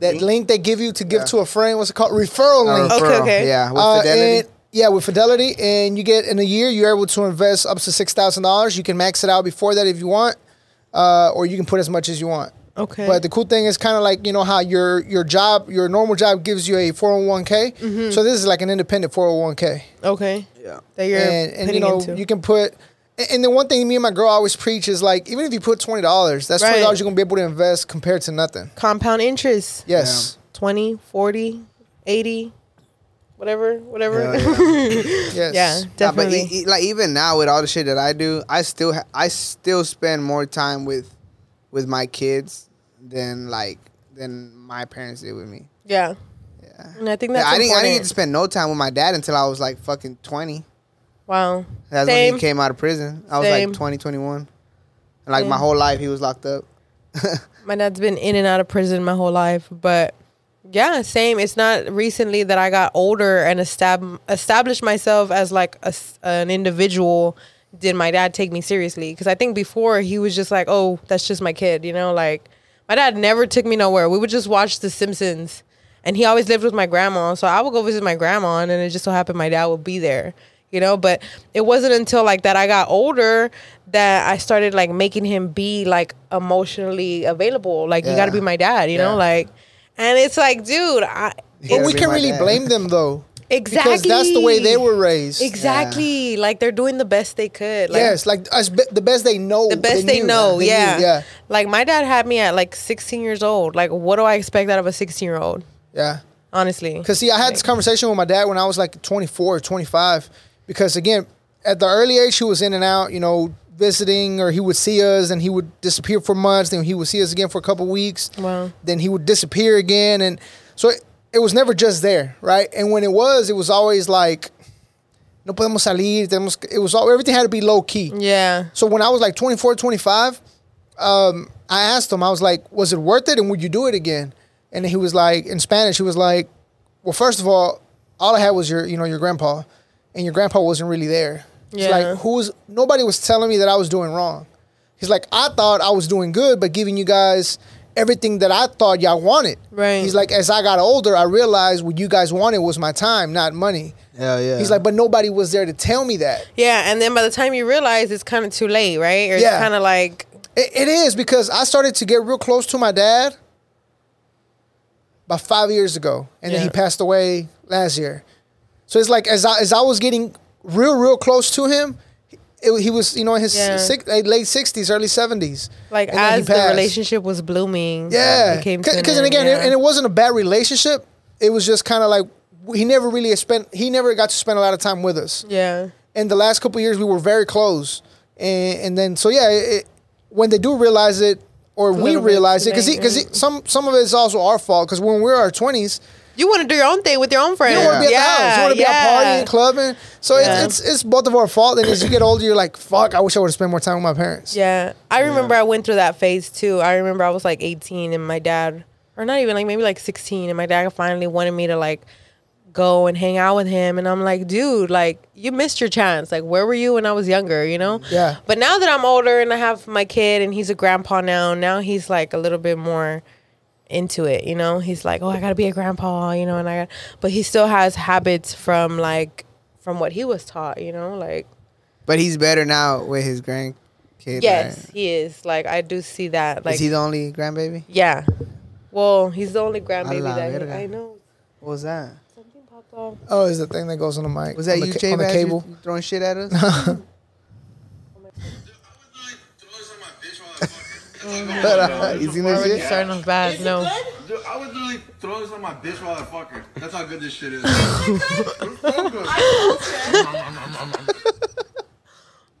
Speaker 2: Link?
Speaker 3: link they give you to give
Speaker 2: Yeah.
Speaker 3: to a friend. What's it called? Referral
Speaker 2: a
Speaker 3: link.
Speaker 1: Okay,
Speaker 2: referral,
Speaker 1: okay.
Speaker 2: Yeah, with
Speaker 3: Oh, Uh,
Speaker 2: fidelity.
Speaker 3: and- yeah, with Fidelity, and you get in a year, you're able to invest up to six thousand dollars. You can max it out before that if you want, uh, or you can put as much as you want.
Speaker 1: okay.
Speaker 3: But the cool thing is kind of like you know how your your job, your normal job gives you a four hundred one k. So this is like an independent four hundred one k,
Speaker 1: okay.
Speaker 2: yeah.
Speaker 1: That you're
Speaker 3: and and
Speaker 1: putting
Speaker 3: you know
Speaker 1: into.
Speaker 3: you can put. and- And the one thing me and my girl always preach is like even if you put twenty dollars, that's
Speaker 1: Right.
Speaker 3: twenty dollars you're gonna be able to invest compared to nothing.
Speaker 1: Compound interest.
Speaker 3: Yes,
Speaker 1: 20, 40, 80, whatever, whatever.
Speaker 3: yes,
Speaker 1: yeah, definitely.
Speaker 2: Nah, but e- e- like even now with all the shit that I do, I still ha- I still spend more time with with my kids than like than my parents did with me.
Speaker 1: yeah.
Speaker 2: Yeah.
Speaker 1: And I think
Speaker 2: Yeah,
Speaker 1: that's
Speaker 2: I didn't I
Speaker 1: important.
Speaker 2: didn't get to spend no time with my dad until I was like fucking 20.
Speaker 1: wow.
Speaker 2: That's when
Speaker 1: Same.
Speaker 2: he came out of prison. I was
Speaker 1: Same.
Speaker 2: like 20, 21. And like my
Speaker 1: Same.
Speaker 2: whole life he was locked up.
Speaker 1: My dad's been in and out of prison my whole life, but yeah, same. It's not recently that I got older and estab- established myself as like a s an individual. Did my dad take me seriously? Because I think before he was just like, oh, that's just my kid, you know? Like, my dad never took me nowhere. We would just watch The Simpsons. and he always lived with my grandma. So I would go visit my grandma, and then it just so happened my dad would be there, you know. But it wasn't until like that I got older that I started like making him be like emotionally available. Like you got to be
Speaker 2: Yeah.
Speaker 1: my dad, you
Speaker 2: Yeah.
Speaker 1: know. Like, and it's like, dude, I
Speaker 2: Yeah,
Speaker 3: But
Speaker 2: me
Speaker 3: we
Speaker 2: and
Speaker 3: can
Speaker 2: my
Speaker 3: really
Speaker 2: dad.
Speaker 3: blame them though
Speaker 1: exactly
Speaker 3: because that's the way they were raised.
Speaker 1: Exactly, like they're doing the best they could. Like,
Speaker 3: yes, like as be- the best they know.
Speaker 1: the best they,
Speaker 3: knew.
Speaker 1: know.
Speaker 3: They knew,
Speaker 1: yeah.
Speaker 3: yeah,
Speaker 1: Like my dad had me at like 16 years old. Like, what do I expect out of a 16 year old?
Speaker 3: yeah.
Speaker 1: Honestly,
Speaker 3: Because see, I had this conversation with my dad when I was like 24, 25. Because again, at the early age, he was in and out, you know, visiting, or he would see us and he would disappear for months. Then he would see us again for a couple weeks.
Speaker 1: Wow.
Speaker 3: Then he would disappear again, and so it, it was never just there, right? And when it was, it was always like, no podemos salir. Tenemos, que-" it was all everything had to be low key.
Speaker 1: yeah,
Speaker 3: So when I was like 24, 25, um, I asked him, I was like, was it worth it and would you do it again? And he was like, in Spanish, he was like, well, first of all, all I had was your, you know, your grandpa and your grandpa wasn't really there. It's
Speaker 1: Yeah.
Speaker 3: like, who was, nobody was telling me that I was doing wrong. He's like, I thought I was doing good, but giving you guys everything that I thought y'all wanted.
Speaker 1: Right.
Speaker 3: He's like, as I got older, I realized what you guys wanted was my time, not money.
Speaker 2: Hell yeah.
Speaker 3: He's like, but nobody was there to tell me that.
Speaker 1: Yeah, and then by the time you realize it's kind of too late, right? Or
Speaker 3: Yeah.
Speaker 1: it's kind of like
Speaker 3: It, it is because I started to get real close to my dad about five years ago, and then he
Speaker 1: Yeah.
Speaker 3: passed away last year. So it's like as I as I was getting real, real close to him, it, he was you know in his
Speaker 1: Yeah.
Speaker 3: six, eh, late sixties, early seventies.
Speaker 1: like
Speaker 3: And then he
Speaker 1: as the
Speaker 3: passed.
Speaker 1: relationship was blooming.
Speaker 3: yeah,
Speaker 1: it came to
Speaker 3: because
Speaker 1: an end,
Speaker 3: and again,
Speaker 1: yeah.
Speaker 3: it, and it wasn't a bad relationship. It was just kind of like he never really spent he never got to spend a lot of time with us
Speaker 1: yeah,
Speaker 3: in the last couple of years we were very close and and then so yeah it, when they do realize it or we
Speaker 1: little bit
Speaker 3: realize it
Speaker 1: today,
Speaker 3: because because
Speaker 1: right.
Speaker 3: some some of it is also our fault because when we're our twenties,
Speaker 1: You want to do your own thing with your own
Speaker 3: you
Speaker 1: friends.
Speaker 3: don't want to be at the house, you want to be
Speaker 1: yeah.
Speaker 3: out partying, clubbing. So
Speaker 1: Yeah.
Speaker 3: it's, it's it's both of our fault. And as you get older, you're like, fuck, I wish I would have spent more time with my parents.
Speaker 1: Yeah. I remember I went through that phase too. I remember I was like 18 and my dad, or not even like maybe like 16, and my dad finally wanted me to like go and hang out with him. And I'm like, dude, like you missed your chance. Like, where were you when I was younger, you know?
Speaker 3: Yeah.
Speaker 1: But now that I'm older and I have my kid and he's a grandpa now, now he's like a little bit more into it, you know? He's like, oh, I gotta be a grandpa, you know? And I got, but he still has habits from like, from what he was taught, you know? Like,
Speaker 2: But he's better now with his grandkid.
Speaker 1: Yes,
Speaker 2: right?
Speaker 1: he is. Like I do see that. Like
Speaker 2: is he the only grandbaby?
Speaker 1: yeah. Well, he's the only grandbaby
Speaker 2: la
Speaker 1: that he,
Speaker 2: verga.
Speaker 1: I know.
Speaker 2: What was that?
Speaker 1: Something popped off.
Speaker 3: Oh, is the thing that goes on the mic.
Speaker 2: Was that
Speaker 3: on the,
Speaker 2: you,
Speaker 3: ca-
Speaker 2: Jay
Speaker 3: on the
Speaker 2: Bass? You
Speaker 3: cable?
Speaker 2: throwing shit at us? you seen that
Speaker 1: Already
Speaker 2: shit?
Speaker 1: starting off bad. No.
Speaker 4: Dude, I would literally throw this on my bitch while I fuck her. That's how good this shit is. It's so good.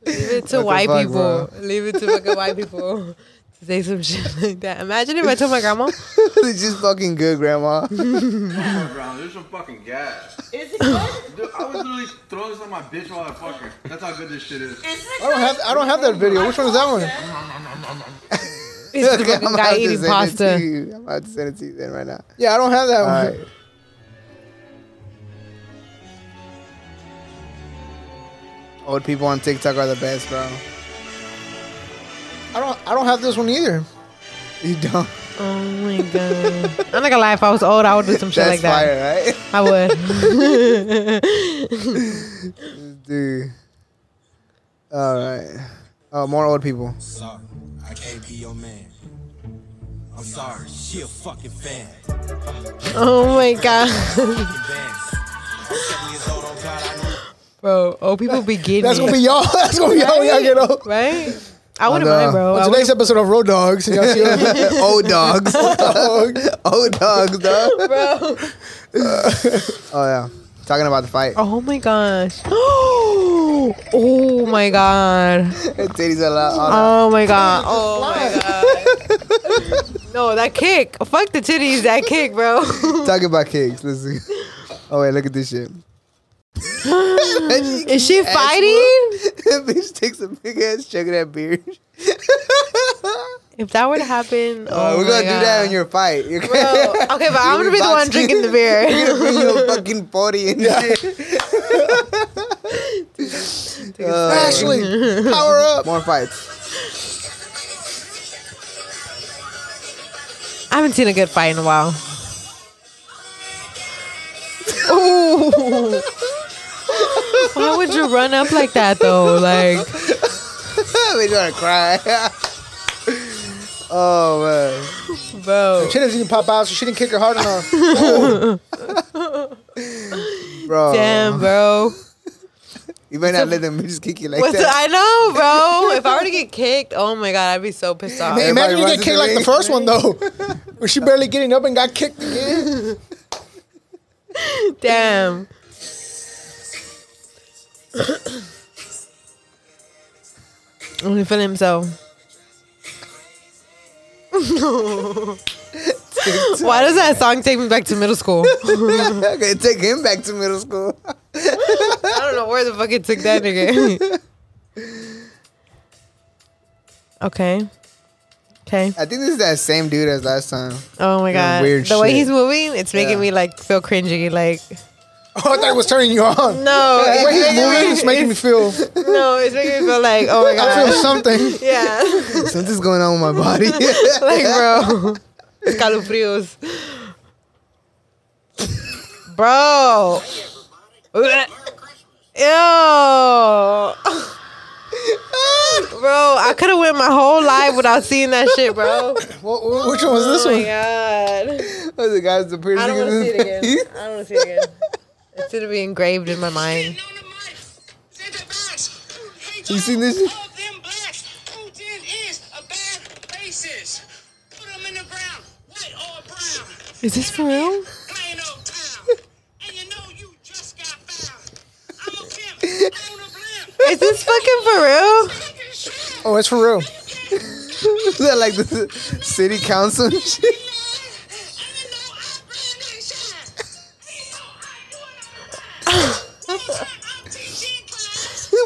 Speaker 1: Leave it to
Speaker 2: the
Speaker 1: white
Speaker 2: fuck,
Speaker 1: people. Leave it to fucking white people to say some shit like that. Imagine if I told my grandma.
Speaker 2: it's just fucking good, Grandma.
Speaker 4: Come on, Brown, There's some fucking gas. Is it good? Dude, I would literally throw this on my bitch while I fuck her. That's how good this shit is.
Speaker 3: I don't have I don't have that video. Which one is that one?
Speaker 1: It's the
Speaker 2: Okay,
Speaker 1: fucking guy eating
Speaker 2: send it to
Speaker 1: pasta.
Speaker 2: you. I'm about to send it to you then right now.
Speaker 3: Yeah, I don't have that
Speaker 2: All
Speaker 3: one.
Speaker 2: right. Old people on TikTok are the best, bro.
Speaker 3: I don't I don't have this one either.
Speaker 2: You don't.
Speaker 1: Oh my god. I'm not gonna lie. If I was old, I would do some shit like
Speaker 2: That's
Speaker 1: that.
Speaker 2: fire, right?
Speaker 1: I would.
Speaker 2: Dude. All right. Oh, more old people.
Speaker 5: Sorry, I can't be your man. I'm sorry, she a fucking fan.
Speaker 1: oh my god,
Speaker 5: Fucking fan. I'm seven years old, oh God, I know.
Speaker 1: bro. Old people be getting
Speaker 3: That's gonna
Speaker 1: it,
Speaker 3: be y'all. That's gonna be y'all when y'all get old.
Speaker 1: right. I wouldn't
Speaker 2: no.
Speaker 1: mind, bro. I
Speaker 3: On today's episode of Road Dogs, y'all see us-
Speaker 2: old dogs. old dogs, dog.
Speaker 1: wouldn't- bro.
Speaker 2: Oh yeah. Talking about the fight.
Speaker 1: Oh my gosh. oh my god.
Speaker 2: Titties are loud. all out.
Speaker 1: Oh my god. Oh my god. No, that kick. Fuck the titties, that kick, bro.
Speaker 2: Talking about kicks. Listen. Oh wait, look at this shit.
Speaker 1: Is she fighting?
Speaker 2: that bitch takes a big ass chunk of that beer.
Speaker 1: If that were to happen,
Speaker 2: Uh,
Speaker 1: oh
Speaker 2: we're
Speaker 1: my
Speaker 2: gonna
Speaker 1: God.
Speaker 2: do that on your fight. You're
Speaker 1: Bro, okay, but I'm gonna be the one drinking the
Speaker 2: You're gonna bring
Speaker 1: beer.
Speaker 2: your fucking forty and shit. Uh,
Speaker 3: Ashley, power up.
Speaker 2: More fights.
Speaker 1: I haven't seen a good fight in a while. Ooh. Why would you run up like that though? Like
Speaker 2: We're gonna cry. oh man.
Speaker 1: Bro.
Speaker 3: She doesn't even pop out, so she didn't kick her hard enough.
Speaker 2: Bro.
Speaker 1: Damn, bro.
Speaker 2: You better not let them bitches kick you like
Speaker 1: What's
Speaker 2: that.
Speaker 1: I know, bro. If I were to get kicked, oh my god, I'd be so pissed off.
Speaker 3: Hey,
Speaker 2: Everybody
Speaker 3: imagine you
Speaker 2: runs
Speaker 3: get
Speaker 2: in
Speaker 3: kicked
Speaker 2: the
Speaker 3: like the
Speaker 2: ring.
Speaker 3: first one though. Was she barely getting up and got kicked again?
Speaker 1: Damn. Only feeling himself. Why does that song take me back to middle school? I
Speaker 2: okay, take him back to middle school.
Speaker 1: don't know where the fuck it took that nigga. okay. Okay.
Speaker 2: I think this is that same dude as last time.
Speaker 1: Oh my god.
Speaker 2: weird
Speaker 1: the way
Speaker 2: shit.
Speaker 1: he's moving, it's making
Speaker 2: Yeah.
Speaker 1: me like feel cringy. Like
Speaker 3: Oh, I thought it was turning you on.
Speaker 1: no,
Speaker 3: The way he's
Speaker 1: it's
Speaker 3: moving is making me feel.
Speaker 1: no, it's making me feel like oh my
Speaker 3: I feel
Speaker 1: god,
Speaker 3: something.
Speaker 1: yeah.
Speaker 2: Something's going on with my body.
Speaker 1: like, bro. Escalofríos. Bro. Blech. Ew. bro, I could have went my whole life without seeing that shit, bro.
Speaker 3: Wha- wha- Which one was this
Speaker 1: oh my
Speaker 3: one?
Speaker 1: god.
Speaker 2: Oh, the guy's the piercing
Speaker 1: I don't want to
Speaker 2: in
Speaker 1: see
Speaker 2: his
Speaker 1: it again.
Speaker 2: face.
Speaker 1: I don't want to see it again. It's gonna be engraved in my mind.
Speaker 2: You seen this shit?
Speaker 6: All of them blacks. Putin is a bad racist. Put them in the ground, white or brown.
Speaker 1: Is this for real?
Speaker 6: Plain old town. And you know you just got found. I'm a pimp. I own a blimp.
Speaker 1: Is this fucking for real?
Speaker 6: Taking shots.
Speaker 3: Oh, it's for real.
Speaker 6: You can't
Speaker 2: Look like the city council. and shit.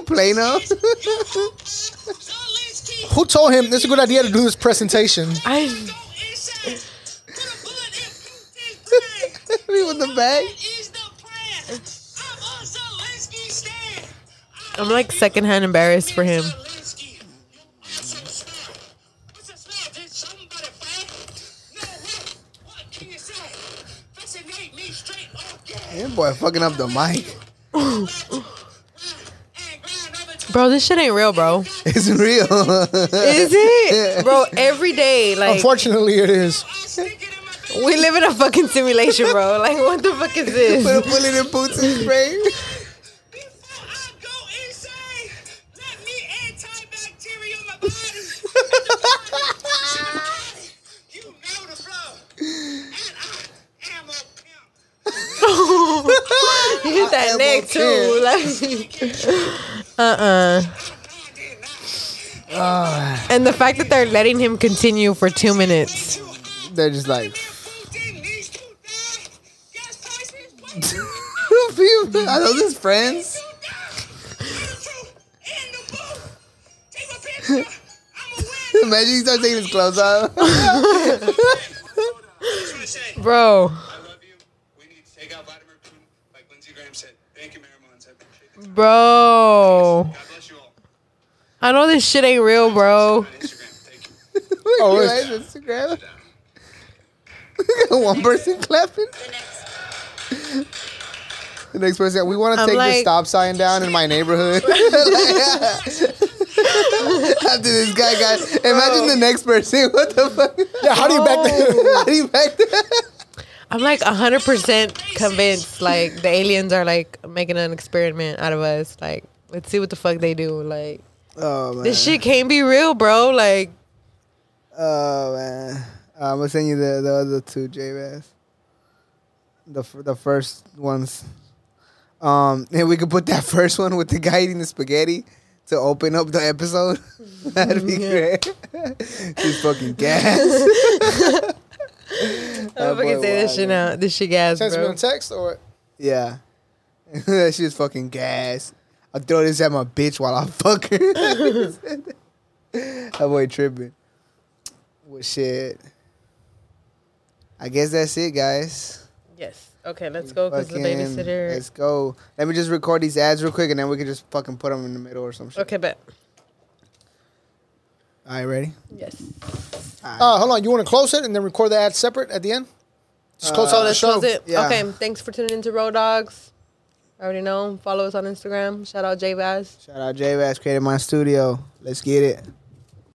Speaker 2: Plano.
Speaker 3: Who told him it's a good idea to do this presentation?
Speaker 1: I
Speaker 2: Me with the bag.
Speaker 1: I'm like secondhand embarrassed for him.
Speaker 2: That boy fucking up the mic.
Speaker 1: Bro, this shit ain't real, bro.
Speaker 2: It's real.
Speaker 1: Is it? Bro, every day, like
Speaker 3: Unfortunately, it is.
Speaker 1: we live in a fucking simulation, bro. Like what the fuck is
Speaker 2: Put a
Speaker 1: this?
Speaker 2: bullet in Boots' in his brain.
Speaker 6: Before I go insane, let me antibacterial my body. you know the flow. And I am a pimp.
Speaker 1: You hit that neck too. Like uh-uh.
Speaker 6: I did not.
Speaker 2: Uh,
Speaker 1: And the fact that they're letting him continue for two minutes.
Speaker 6: Two eyes
Speaker 2: They're just like,
Speaker 6: didn't need to die. Gas prices way too
Speaker 2: are those his friends?
Speaker 6: down. Attitude in the booth. Take a picture. I'm a winner.
Speaker 2: Imagine he starts taking his clothes off.
Speaker 3: Oh
Speaker 6: I say,
Speaker 1: Bro,
Speaker 6: I love you. We need to take out Vladimir Putin, like Lindsey Graham said. Thank you, Mary Mullins. I appreciate the time.
Speaker 1: bro.
Speaker 6: God bless you all.
Speaker 1: I know this shit ain't real, bro.
Speaker 6: On Instagram. Thank you.
Speaker 2: oh,
Speaker 3: Oh,
Speaker 2: his Instagram. One person clapping. The next person, we want to
Speaker 1: I'm
Speaker 2: take the
Speaker 1: like-
Speaker 2: stop sign down in my neighborhood. After this guy got, imagine the next person. What the fuck?
Speaker 3: Oh. Yeah, how do you back that?
Speaker 2: How do you back that?
Speaker 1: I'm like 100% convinced like the aliens are like making an experiment out of us. Like, let's see what the fuck they do. Like,
Speaker 2: Oh man.
Speaker 1: this shit can't be real, bro. Like,
Speaker 2: Oh man, I'm gonna send you the, the other two J bass. The f- the first ones. Um, and we could put that first one with the guy eating the spaghetti to open up the episode. That'd be great. She's fucking gas.
Speaker 1: I'm fucking
Speaker 2: Oh, boy
Speaker 1: say
Speaker 2: wild,
Speaker 1: this shit now. This shit gas,
Speaker 3: Text me
Speaker 1: bro.
Speaker 3: on text or what?
Speaker 2: Yeah, that shit's fucking gas. I throw this at my bitch while I fuck her. that boy tripping. Well, shit. I guess that's it, guys.
Speaker 1: Yes. Okay, let's go because the
Speaker 2: Fucking- Let's
Speaker 1: babysitter.
Speaker 2: go. Let me just record these ads real quick, and then we can just fucking put them in the middle or some shit.
Speaker 1: Okay, bet.
Speaker 2: All right, ready?
Speaker 1: Yes.
Speaker 3: Uh, hold on. You want to close it and then record the ad separate at the end? Just close out the
Speaker 1: Uh, Let's
Speaker 3: show.
Speaker 1: close it.
Speaker 2: yeah.
Speaker 1: Okay, thanks for tuning into Road Dogs. I already know. Follow us on Instagram. Shout out J Bass.
Speaker 2: Shout out J Bass, created my studio. Let's get it.